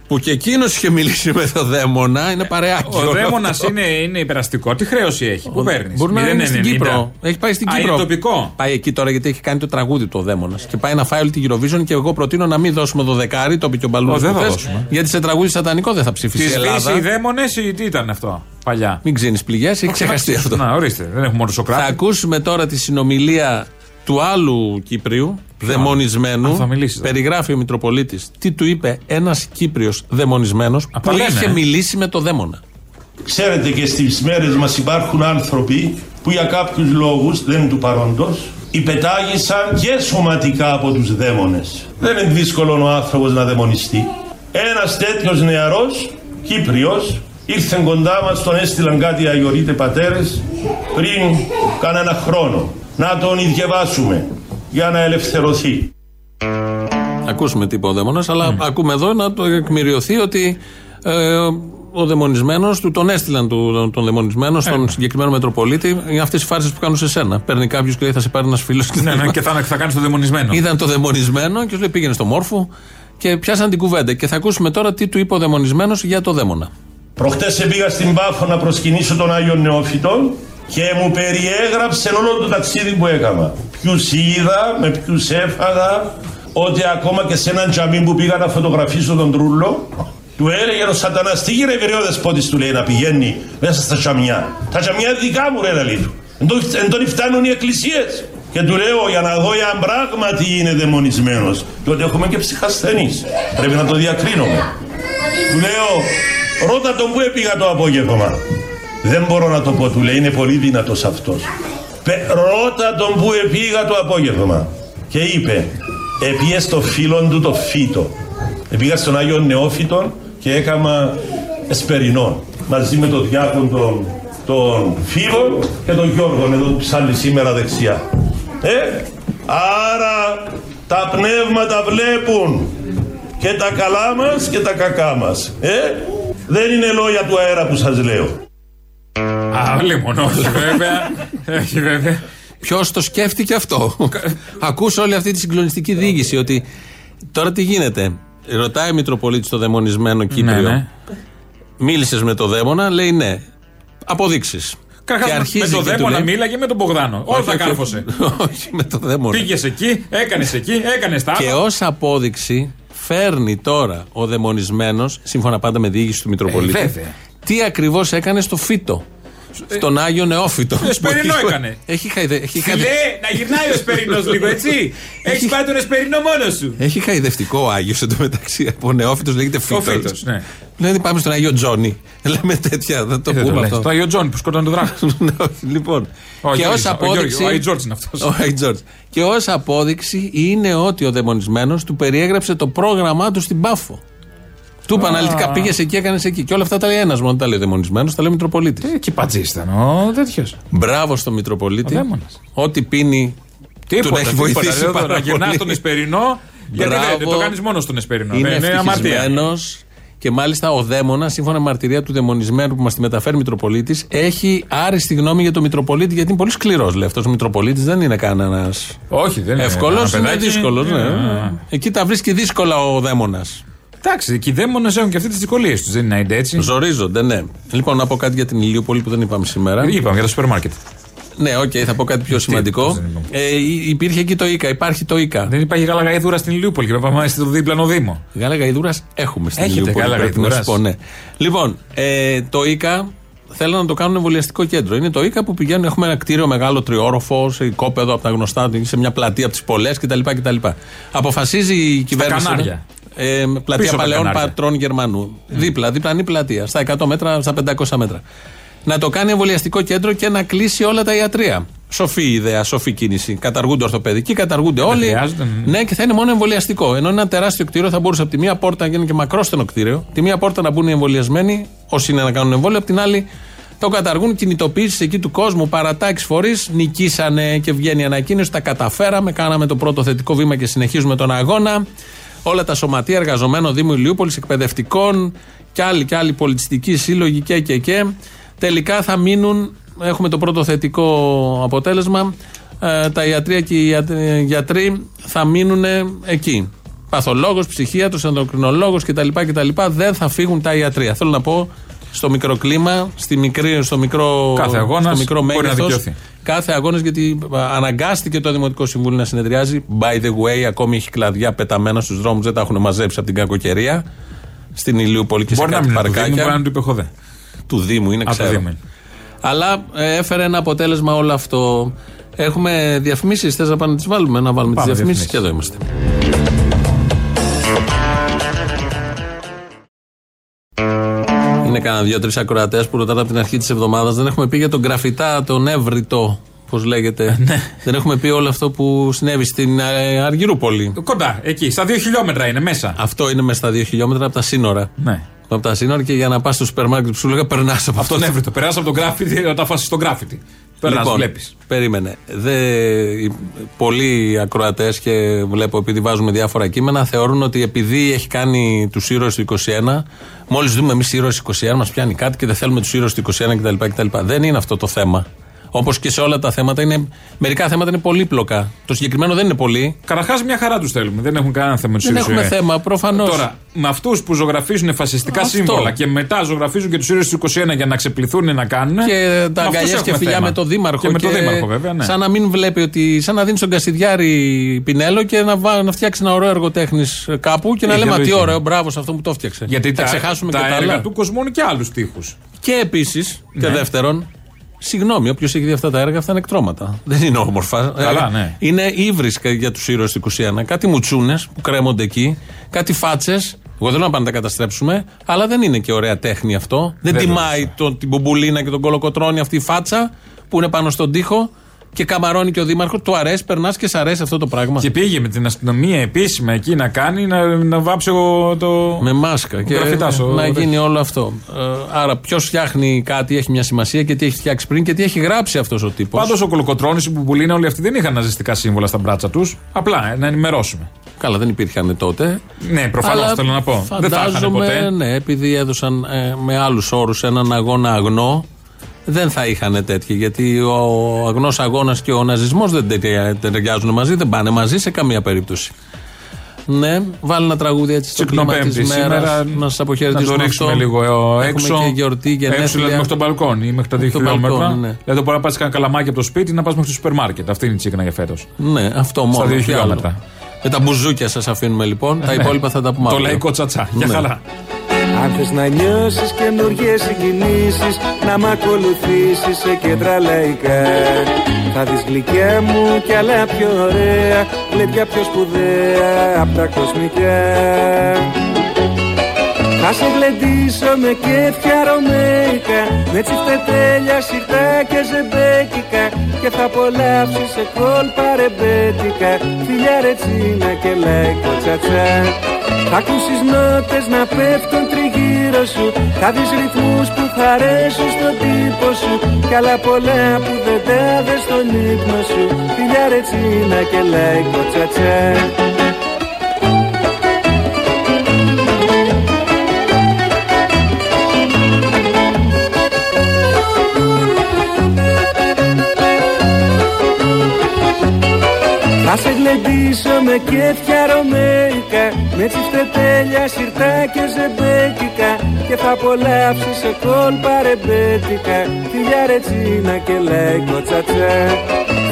S2: Που και εκείνος είχε μιλήσει με το δαίμονα. Είναι παρεάκι.
S3: Ο
S2: όλο
S3: δαίμονα
S2: αυτό.
S3: είναι, είναι υπεραστικό. Τι χρέωση έχει, που παίρνει.
S2: Μπορεί να είναι στην Κύπρο. Έχει πάει στην
S3: Α,
S2: Κύπρο.
S3: είναι τοπικό.
S2: Πάει εκεί τώρα γιατί έχει κάνει το τραγούδι του ο δαίμονας. Και πάει να φάει όλη τη Eurovision και εγώ προτείνω να μην δώσουμε δωδεκάρι, το είπε και ο Μπαλούρας
S3: Ω, δεν θα
S2: προχθές,
S3: δώσουμε.
S2: Γιατί σε τραγούδι σατανικό δεν θα ψηφίσει
S3: Τη
S2: η Ελλάδα.
S3: Δύση οι δαίμονες ή τι ήταν αυτό παλιά.
S2: Μην ξύνεις πληγές, έχει ξεχαστεί αυτό.
S3: Να, ορίστε, δεν έχουμε μόνο
S2: Θα
S3: Σοκράτη.
S2: ακούσουμε τώρα τη συνομιλία του άλλου Κύπριου, δαιμονισμένου.
S3: Α, θα ε. μιλήσει, δε.
S2: Περιγράφει ο Μητροπολίτης τι του είπε ένας Κύπριος δαιμονισμένος που
S14: λένε,
S2: είχε
S14: ε.
S2: μιλήσει με το δαίμονα.
S14: Ξέρετε και στις μέρες μας υπάρχουν άνθρωποι που για κάποιους λόγους δεν είναι του παρόντος υπετάγησαν και σωματικά από τους δαίμονες. Δεν είναι δύσκολο ο άνθρωπος να δαιμονιστεί. Ένας τέτοιος νεαρός, Κύπριος, ήρθε κοντά μας, τον έστειλαν κάτι αγιορείτε πατέρες πριν κανένα χρόνο. Να τον ιδιαβάσουμε για να ελευθερωθεί.
S2: Θα ακούσουμε τι είπε ο δαίμονας, αλλά ακούμε εδώ να το εκμηριωθεί ότι ε, ο δαιμονισμένος του τον έστειλαν του, τον δαιμονισμένο
S3: Ε.
S2: στον συγκεκριμένο Μετροπολίτη. Είναι αυτές οι φάρσει που κάνουν σε σένα. Παίρνει κάποιος και λέει θα σε πάρει ένας φίλος.
S3: Ναι, ναι, και θα, θα κάνει το δαιμονισμένο.
S2: Είδαν το δαιμονισμένο και του λέει πήγαινε στο μόρφου και πιάσαν την κουβέντα. Και θα ακούσουμε τώρα τι του είπε ο δαιμονισμένος για το δαίμονα.
S14: Προχτές πήγα στην Πάφο να προσκυνήσω τον Άγιο Νεόφυτο και μου περιέγραψε όλο το ταξίδι που έκανα. Ποιους είδα, με ποιους έφαγα, ότι ακόμα και σε έναν τζαμί που πήγα να φωτογραφίσω τον Τρούλο, του έλεγε ο Σατανάς, τι γύρε βρε ο δεσπότης του λέει να πηγαίνει μέσα στα τζαμιά. Τα τζαμιά είναι δικά μου ρε να λέει του. Εν τω- Εν τον φτάνουν οι εκκλησίες. Και του λέω για να δω αν πράγματι είναι δαιμονισμένος. Και ότι έχουμε και ψυχασθενείς. Πρέπει να το διακρίνουμε. Του λέω, ρώτα τον που έπήγα το απόγευμα. Δεν μπορώ να το πω, του λέει, είναι πολύ δυνατό αυτός. Ρώτα τον που επήγα το απόγευμα. Και είπε, επίε στο φίλον του το φύτο. Επήγα στον Άγιο Νεόφυτο και έκανα εσπερινό. Μαζί με τον διάκον τον, τον Φίβο και τον Γιώργο, εδώ που ψάλλει σήμερα δεξιά. Ε, άρα τα πνεύματα βλέπουν και τα καλά μας και τα κακά μας. Ε? Δεν είναι λόγια του αέρα που σας λέω.
S3: Α, λίμωνο, βέβαια. Έχει βέβαια.
S2: Ποιος το σκέφτηκε αυτό. Ακούς όλη αυτή τη συγκλονιστική διήγηση ότι τώρα τι γίνεται. Ρωτάει ο Μητροπολίτης το δαιμονισμένο Κύπριο.
S3: ναι.
S2: Μίλησες με το δαίμονα, λέει ναι. Αποδείξεις.
S3: Καταρχά με τον
S2: ε.
S3: δαίμονα μίλαγε με τον Μπογδάνο. Όλα τα κάρφωσε.
S2: Όχι, με το δαίμονα.
S3: Πήγες εκεί, έκανες εκεί, έκανες τα
S2: Και
S3: άλλα.
S2: ως απόδειξη φέρνει τώρα ο δαιμονισμένος, σύμφωνα πάντα με διήγηση του Μητροπολίτη,
S3: Ε, βέβαια.
S2: τι ακριβώς έκανε στο φύτο. Στον Άγιο Νεόφυτο.
S3: Εσπερινό
S2: Που-
S3: ε, έκανε.
S2: Έχει χαιδε... έχει χαιδε-
S3: Φιλέ, να γυρνάει ο Εσπερινός λίγο, έτσι. Έχει πάει τον Εσπερινό μόνος σου.
S2: Έχει χαϊδευτικό ο Άγιος εντωμεταξύ. Από νεόφυτος λέγεται φύτος.
S3: Ο Φίτος, ναι.
S2: Δηλαδή πάμε στον Άγιο Τζόνι. Λέμε τέτοια, δεν το
S3: Ε, δεν το
S2: πούμε
S3: λες.
S2: αυτό.
S3: Το Άγιο Τζόνι που σκότωνε τον δράκος.
S2: Ναι, όχι, λοιπόν. και
S3: Ο
S2: ω
S3: Γιώργης, ο Γιώργης,
S2: απόδειξη.
S3: ο Άγιος Τζόρτζ είναι αυτός.
S2: Ο Άγιος Τζόρτζ. Και ω απόδειξη είναι ότι ο δαιμονισμένος του περιέγραψε το πρόγραμμά του στην Πάφο. Του είπε αναλυτικά πήγες εκεί, έκανες εκεί. Και όλα αυτά τα λέει ένας μόνο, τα λέει ο δαιμονισμένος, τα λέει ο Μητροπολίτης.
S3: Ε, Κυπατζή ήταν ο τέτοιος.
S2: Μπράβο στον Μητροπολίτη.
S3: Ο δαίμονας.
S2: Ό,τι πίνει.
S3: Τίποτα,
S2: τον έχει
S3: τίποτα.
S2: βοηθήσει
S3: Λέω τώρα,
S2: πάρα
S3: γυρνάς
S2: πολύ.
S3: τον Εσπερινό. Γιατί
S2: Μπράβο.
S3: δεν το κάνεις μόνος στον Εσπερινό.
S2: Είναι
S3: Ναι,
S2: ευτυχισμένος. Και μάλιστα ο δαίμονας, σύμφωνα με μαρτυρία του δαιμονισμένου που μας τη μεταφέρει Μητροπολίτης, έχει άριστη γνώμη για τον Μητροπολίτη, γιατί είναι πολύ σκληρός. Λέει αυτός ο Μητροπολίτης δεν είναι κανένας.
S3: Όχι, δεν είναι
S2: Εύκολος,
S3: Ε, ένα
S2: είναι
S3: παιδάκι.
S2: δύσκολος. Ναι.
S3: Ε,
S2: Εκεί τα βρίσκει δύσκολα ο δαίμονας.
S3: Εντάξει, και οι δαίμονες έχουν και αυτέ τις δυσκολίες τους, δεν είναι έτσι.
S2: Ζορίζονται, ναι. Λοιπόν, να πω κάτι για την Ηλιούπολη που δεν είπαμε σήμερα.
S3: Ε, Είπαμε για το σούπερ μάρκετ.
S2: Ναι, οκ, θα πω κάτι πιο σημαντικό. Ε, υ- υπήρχε εκεί το ΙΚΑ, υπάρχει το ΙΚΑ.
S3: Δεν υπάρχει γαλαγαϊδούρα στην Ηλιούπολη και πρέπει να πάμε στο δίπλανο Δήμο.
S2: Γαλαγαϊδούρα έχουμε στην
S3: Έχετε
S2: Ηλιούπολη. πρέπει να
S3: γαλαγαϊδούρας?
S2: σου πω, ναι. Λοιπόν, ε, το ΙΚΑ θέλουν να το κάνουν εμβολιαστικό κέντρο. Είναι το ΙΚΑ που πηγαίνουν, έχουμε ένα κτίριο μεγάλο τριόροφο, σε κόπεδο από τα γνωστά, σε μια πλατεία από τις πολλές κτλ, κτλ. Αποφασίζει η κυβέρνηση.
S3: Κανάρια.
S2: Ε, πλατεία
S3: Πίσω από τα
S2: παλαιών
S3: Κανάρια.
S2: πατρών Γερμανού. Δίπλα, διπλανή πλατεία, στα 100 μέτρα, στα 500 μέτρα. Να το κάνει εμβολιαστικό κέντρο και να κλείσει όλα τα ιατρία. Σοφή ιδέα, σοφή κίνηση. Καταργούνται ορθοπαιδικοί, καταργούνται όλοι.
S3: χρειάζονται,
S2: Ναι, και θα είναι μόνο εμβολιαστικό. Ενώ ένα τεράστιο κτίριο θα μπορούσε από τη μία πόρτα να γίνει και μακρόστενο κτίριο, τη μία πόρτα να μπουν οι εμβολιασμένοι, όσοι είναι να κάνουν εμβόλιο, από την άλλη το καταργούν κινητοποιήσεις εκεί του κόσμου, παρατάξεις φορείς, νικήσανε και βγαίνει η ανακοίνωση, τα καταφέραμε, κάναμε το πρώτο θετικό βήμα και συνεχίζουμε τον αγώνα. Όλα τα σωματεία εργαζομένων Δήμου Ηλιούπολης, εκπαιδευτικών και άλλοι και άλλοι πολιτιστικοί σύλλογοι και και και. Τελικά θα μείνουν, έχουμε το πρώτο θετικό αποτέλεσμα, ε, τα ιατρία και οι ιατ- ε, γιατροί θα μείνουν εκεί. Παθολόγος, ψυχίατρος, ενδοκρινολόγος κτλ, κτλ. Δεν θα φύγουν τα ιατρία. Θέλω να πω στο μικρό κλίμα, στη μικρή, στο μικρό,
S3: Κάθε αγώνας
S2: στο μικρό
S3: μπορεί να
S2: μέγεθος,
S3: δικαιωθεί.
S2: Κάθε αγώνας γιατί α, αναγκάστηκε το Δημοτικό Συμβούλιο να συνεδριάζει. By the way, ακόμη έχει κλαδιά πεταμένα στους δρόμους, δεν τα έχουν μαζέψει από την κακοκαιρία. Στην Ηλιούπολη και
S3: Μπορεί
S2: σε
S3: να
S2: κάτι
S3: μην είναι του Δήμου,
S2: παρκάκια.
S3: μπορεί να είναι του υπεχοδέ.
S2: Του Δήμου είναι,
S3: Από το
S2: ξέρω.
S3: Δήμο είναι.
S2: Αλλά ε, έφερε ένα αποτέλεσμα όλο αυτό. Έχουμε διαφημίσεις. Θες να πάνε να τις βάλουμε, να βάλουμε τις
S3: Πάμε
S2: διαφημίσεις
S3: διαφημίσεις.
S2: και εδώ είμαστε. Είναι κανένα δύο-τρει ακροατές που ρωτάνε από την αρχή της εβδομάδας. Δεν έχουμε πει για τον γραφητά, τον εύρητο, πώς
S3: Ε,
S2: λέγεται.
S3: ναι.
S2: Δεν έχουμε πει όλο αυτό που συνέβη στην ε, Αργυρούπολη.
S3: Κοντά, εκεί, στα δύο χιλιόμετρα είναι μέσα.
S2: Αυτό είναι μέσα στα δύο χιλιόμετρα από τα σύνορα.
S3: Ναι.
S2: Από τα σύνορα και για να πας στο σούπερ μάρκετ που σου λέγα περνάς από αυτό.
S3: Αυτόν εύρητο. Περάσει από τον γκράφιτι, να τα φάσει στον γκράφιτι. Περνά,
S2: Λοιπόν,
S3: βλέπεις.
S2: Περίμενε. Δε, οι- πολλοί ακροατές και βλέπω επειδή βάζουμε διάφορα κείμενα θεωρούν ότι επειδή έχει κάνει τους ήρωες του 21, μόλις δούμε εμείς ήρωες 21, μας πιάνει κάτι και δεν θέλουμε τους ήρωες του 21 κτλ, κτλ. Δεν είναι αυτό το θέμα. Όπως και σε όλα τα θέματα, είναι, μερικά θέματα είναι πολύπλοκα. Το συγκεκριμένο δεν είναι πολύ.
S3: Καταρχάς, μια χαρά τους θέλουμε. Δεν έχουν κανένα θέμα τους
S2: Δεν έχουμε θέμα, προφανώς.
S3: Τώρα, με αυτούς που ζωγραφίζουν φασιστικά
S2: Αυτό.
S3: σύμβολα και μετά ζωγραφίζουν και τους ήρωες του 21 για να ξεπληθούν να κάνουν.
S2: Και τα
S3: Ναι. με αυτούς
S2: αγκαλιές και
S3: έχουμε
S2: φιλιά
S3: θέμα.
S2: με το Δήμαρχο.
S3: Και με το Δήμαρχο, βέβαια. Ναι.
S2: Σαν να μην βλέπει ότι. σαν να δίνει στον Κασιδιάρη Πινέλο και να, βά- να φτιάξει ένα ωραίο εργοτέχνη κάπου και να
S3: Ε,
S2: λέμε
S3: για
S2: «Α,
S3: το
S2: τι
S3: είχε».
S2: ωραίο, μπράβο σε αυτό που το φτιάξε.
S3: Γιατί
S2: θα
S3: τα,
S2: ξεχάσουμε
S3: τα
S2: και τα
S3: έργα
S2: άλλα.
S3: του κοσμών και άλλους τείχους.
S2: Και επίσης, και
S3: Ναι.
S2: δεύτερον, συγγνώμη, όποιος έχει δει αυτά τα έργα, αυτά είναι εκτρώματα. Δεν είναι όμορφα. Ε,
S3: Καλά, ναι.
S2: Είναι ύβρισκα για τους ήρωες του 21. Κάτι μουτσούνες που κρέμονται εκεί, κάτι φάτσες. Εγώ δεν λέω να πάνε να τα καταστρέψουμε, αλλά δεν είναι και ωραία τέχνη αυτό. Δεν,
S3: Δεν
S2: τιμάει τον, την Μπουμπουλίνα και τον Κολοκοτρόνη αυτή η φάτσα που είναι πάνω στον τοίχο και καμαρώνει και ο Δήμαρχος. Του αρέσει, περνάς και σε αρέσει αυτό το πράγμα.
S3: Και πήγε με την αστυνομία επίσημα εκεί να κάνει, να, να βάψει ο- το.
S2: Με μάσκα. Και
S3: Γραφιτάς, ο-
S2: να
S3: ο-
S2: γίνει όλο αυτό. Ε, άρα, ποιος φτιάχνει κάτι έχει μια σημασία και τι έχει φτιάξει πριν και τι έχει γράψει αυτός ο τύπος.
S3: Πάντως ο Κολοκοτρόνη, η Μπουμπουλίνα, όλοι αυτοί δεν είχαν ζεστικά σύμβολα στα μπράτσα τους. Απλά ε, να ενημερώσουμε.
S2: Καλά, δεν υπήρχαν τότε.
S3: Ναι, προφανώς
S2: Αλλά
S3: θέλω να πω. Δεν θα είχαν
S2: Φαντάζομαι,
S3: ποτέ.
S2: ναι, επειδή έδωσαν ε, με άλλους όρους έναν αγώνα αγνό, δεν θα είχαν τέτοια. Γιατί ο αγνός αγώνας και ο ναζισμός δεν ταιριά- ταιριάζουν μαζί, δεν πάνε μαζί σε καμία περίπτωση. Ναι, βάλει ένα τραγούδι έτσι στο κλίμα
S3: Πέμπτη
S2: τη μέρα.
S3: σήμερα.
S2: Να σας αποχαιρετήσουμε.
S3: Να το ρίξουμε
S2: αυτό.
S3: λίγο
S2: Έχουμε
S3: ε, έξω.
S2: και γιορτή,
S3: Έξω
S2: γενέθλια.
S3: δηλαδή μέχρι τον μπαλκόνι ή μέχρι τα δύο
S2: Μέχρι το
S3: χιλιόμετρα.
S2: μπαλκόνι, ναι.
S3: Δηλαδή μπορεί να πα κάνα καλαμάκι από το σπίτι να πας μέχρι το σούπερ μάρκετ. Αυτή είναι η τσίκνα για φέτος.
S2: Ναι, αυτό μόνο.
S3: δύο
S2: τι
S3: χιλιόμετρα.
S2: άλλο. Με τα μπουζούκια σας αφήνουμε λοιπόν. τα
S3: Ναι.
S2: υπόλοιπα θα τα πούμε
S3: Το
S2: αύριο.
S3: λαϊκό τσατσά. Για
S2: Ναι.
S3: χαρά.
S10: Αν θες να νιώσεις καινούργιες συγκινήσεις Να μ' ακολουθήσεις σε κέντρα λαϊκά Θα δεις γλυκιά μου κι άλλα πιο ωραία Γλεντιά πιο σπουδαία απ' τα κοσμικά Θα σε γλεντήσω με κέφια ρωμαϊκά Με τσιφτετέλια, σιρτά και ζεμπέκικα Και θα απολαύσεις σε κόλπα ρεμπέτικα Φιλιά ρετσίνα και λαϊκό τσατσά Θα ακούσεις νότες να πέφτουν τριγύρω σου Θα δεις ρυθμούς που θα αρέσουν στον τύπο σου Κι άλλα πολλά που δεν τα δες στον ύπνο σου Φιλιά ρετσίνα και λαϊκό τσατσά Θα σε γλεντήσω με και φτιαρωμένα με τσιφτετέλια, σιρτά και ζεμπέκικα και θα απολαύσει σε κόλπα ρεμπέτικα φιλιά ρετσίνα και λέκο τσατσά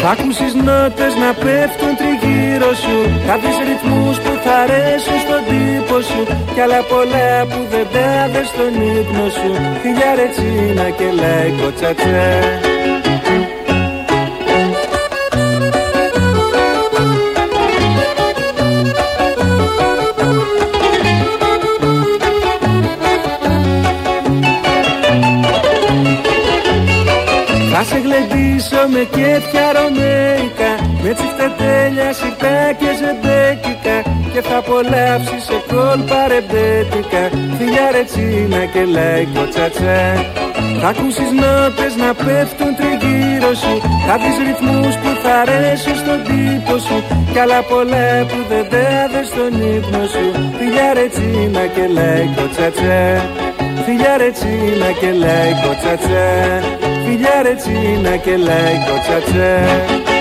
S10: θα ακούσεις νότες να πέφτουν τριγύρω σου Θα δεις ρυθμούς που θα αρέσουν στον τύπο σου Κι άλλα πολλά που δεν τα δες στον ύπνο σου Φιλιά ρετσίνα και λέκο τσατσά Θα σε γλεντήσω με κέφια ρωμαϊκά Με τσιφτετέλια, σιρτά και ζεμπέκικα Και θα απολαύσει σε κόλπα ρεμπέτικα Φιλιά ρετσίνα και λαϊκό τσατσά Θα ακούσεις νότες να πέφτουν τριγύρω σου Θα δεις ρυθμούς που θα αρέσουν στον τύπο σου Κι άλλα πολλά που δεν τα δες στον ύπνο σου Φιλιά ρετσίνα και λαϊκό τσατσά Φιλιά ρετσίνα και λαϊκό τσατσά Φιλιά ρετσίνα και λαϊκό τσατσά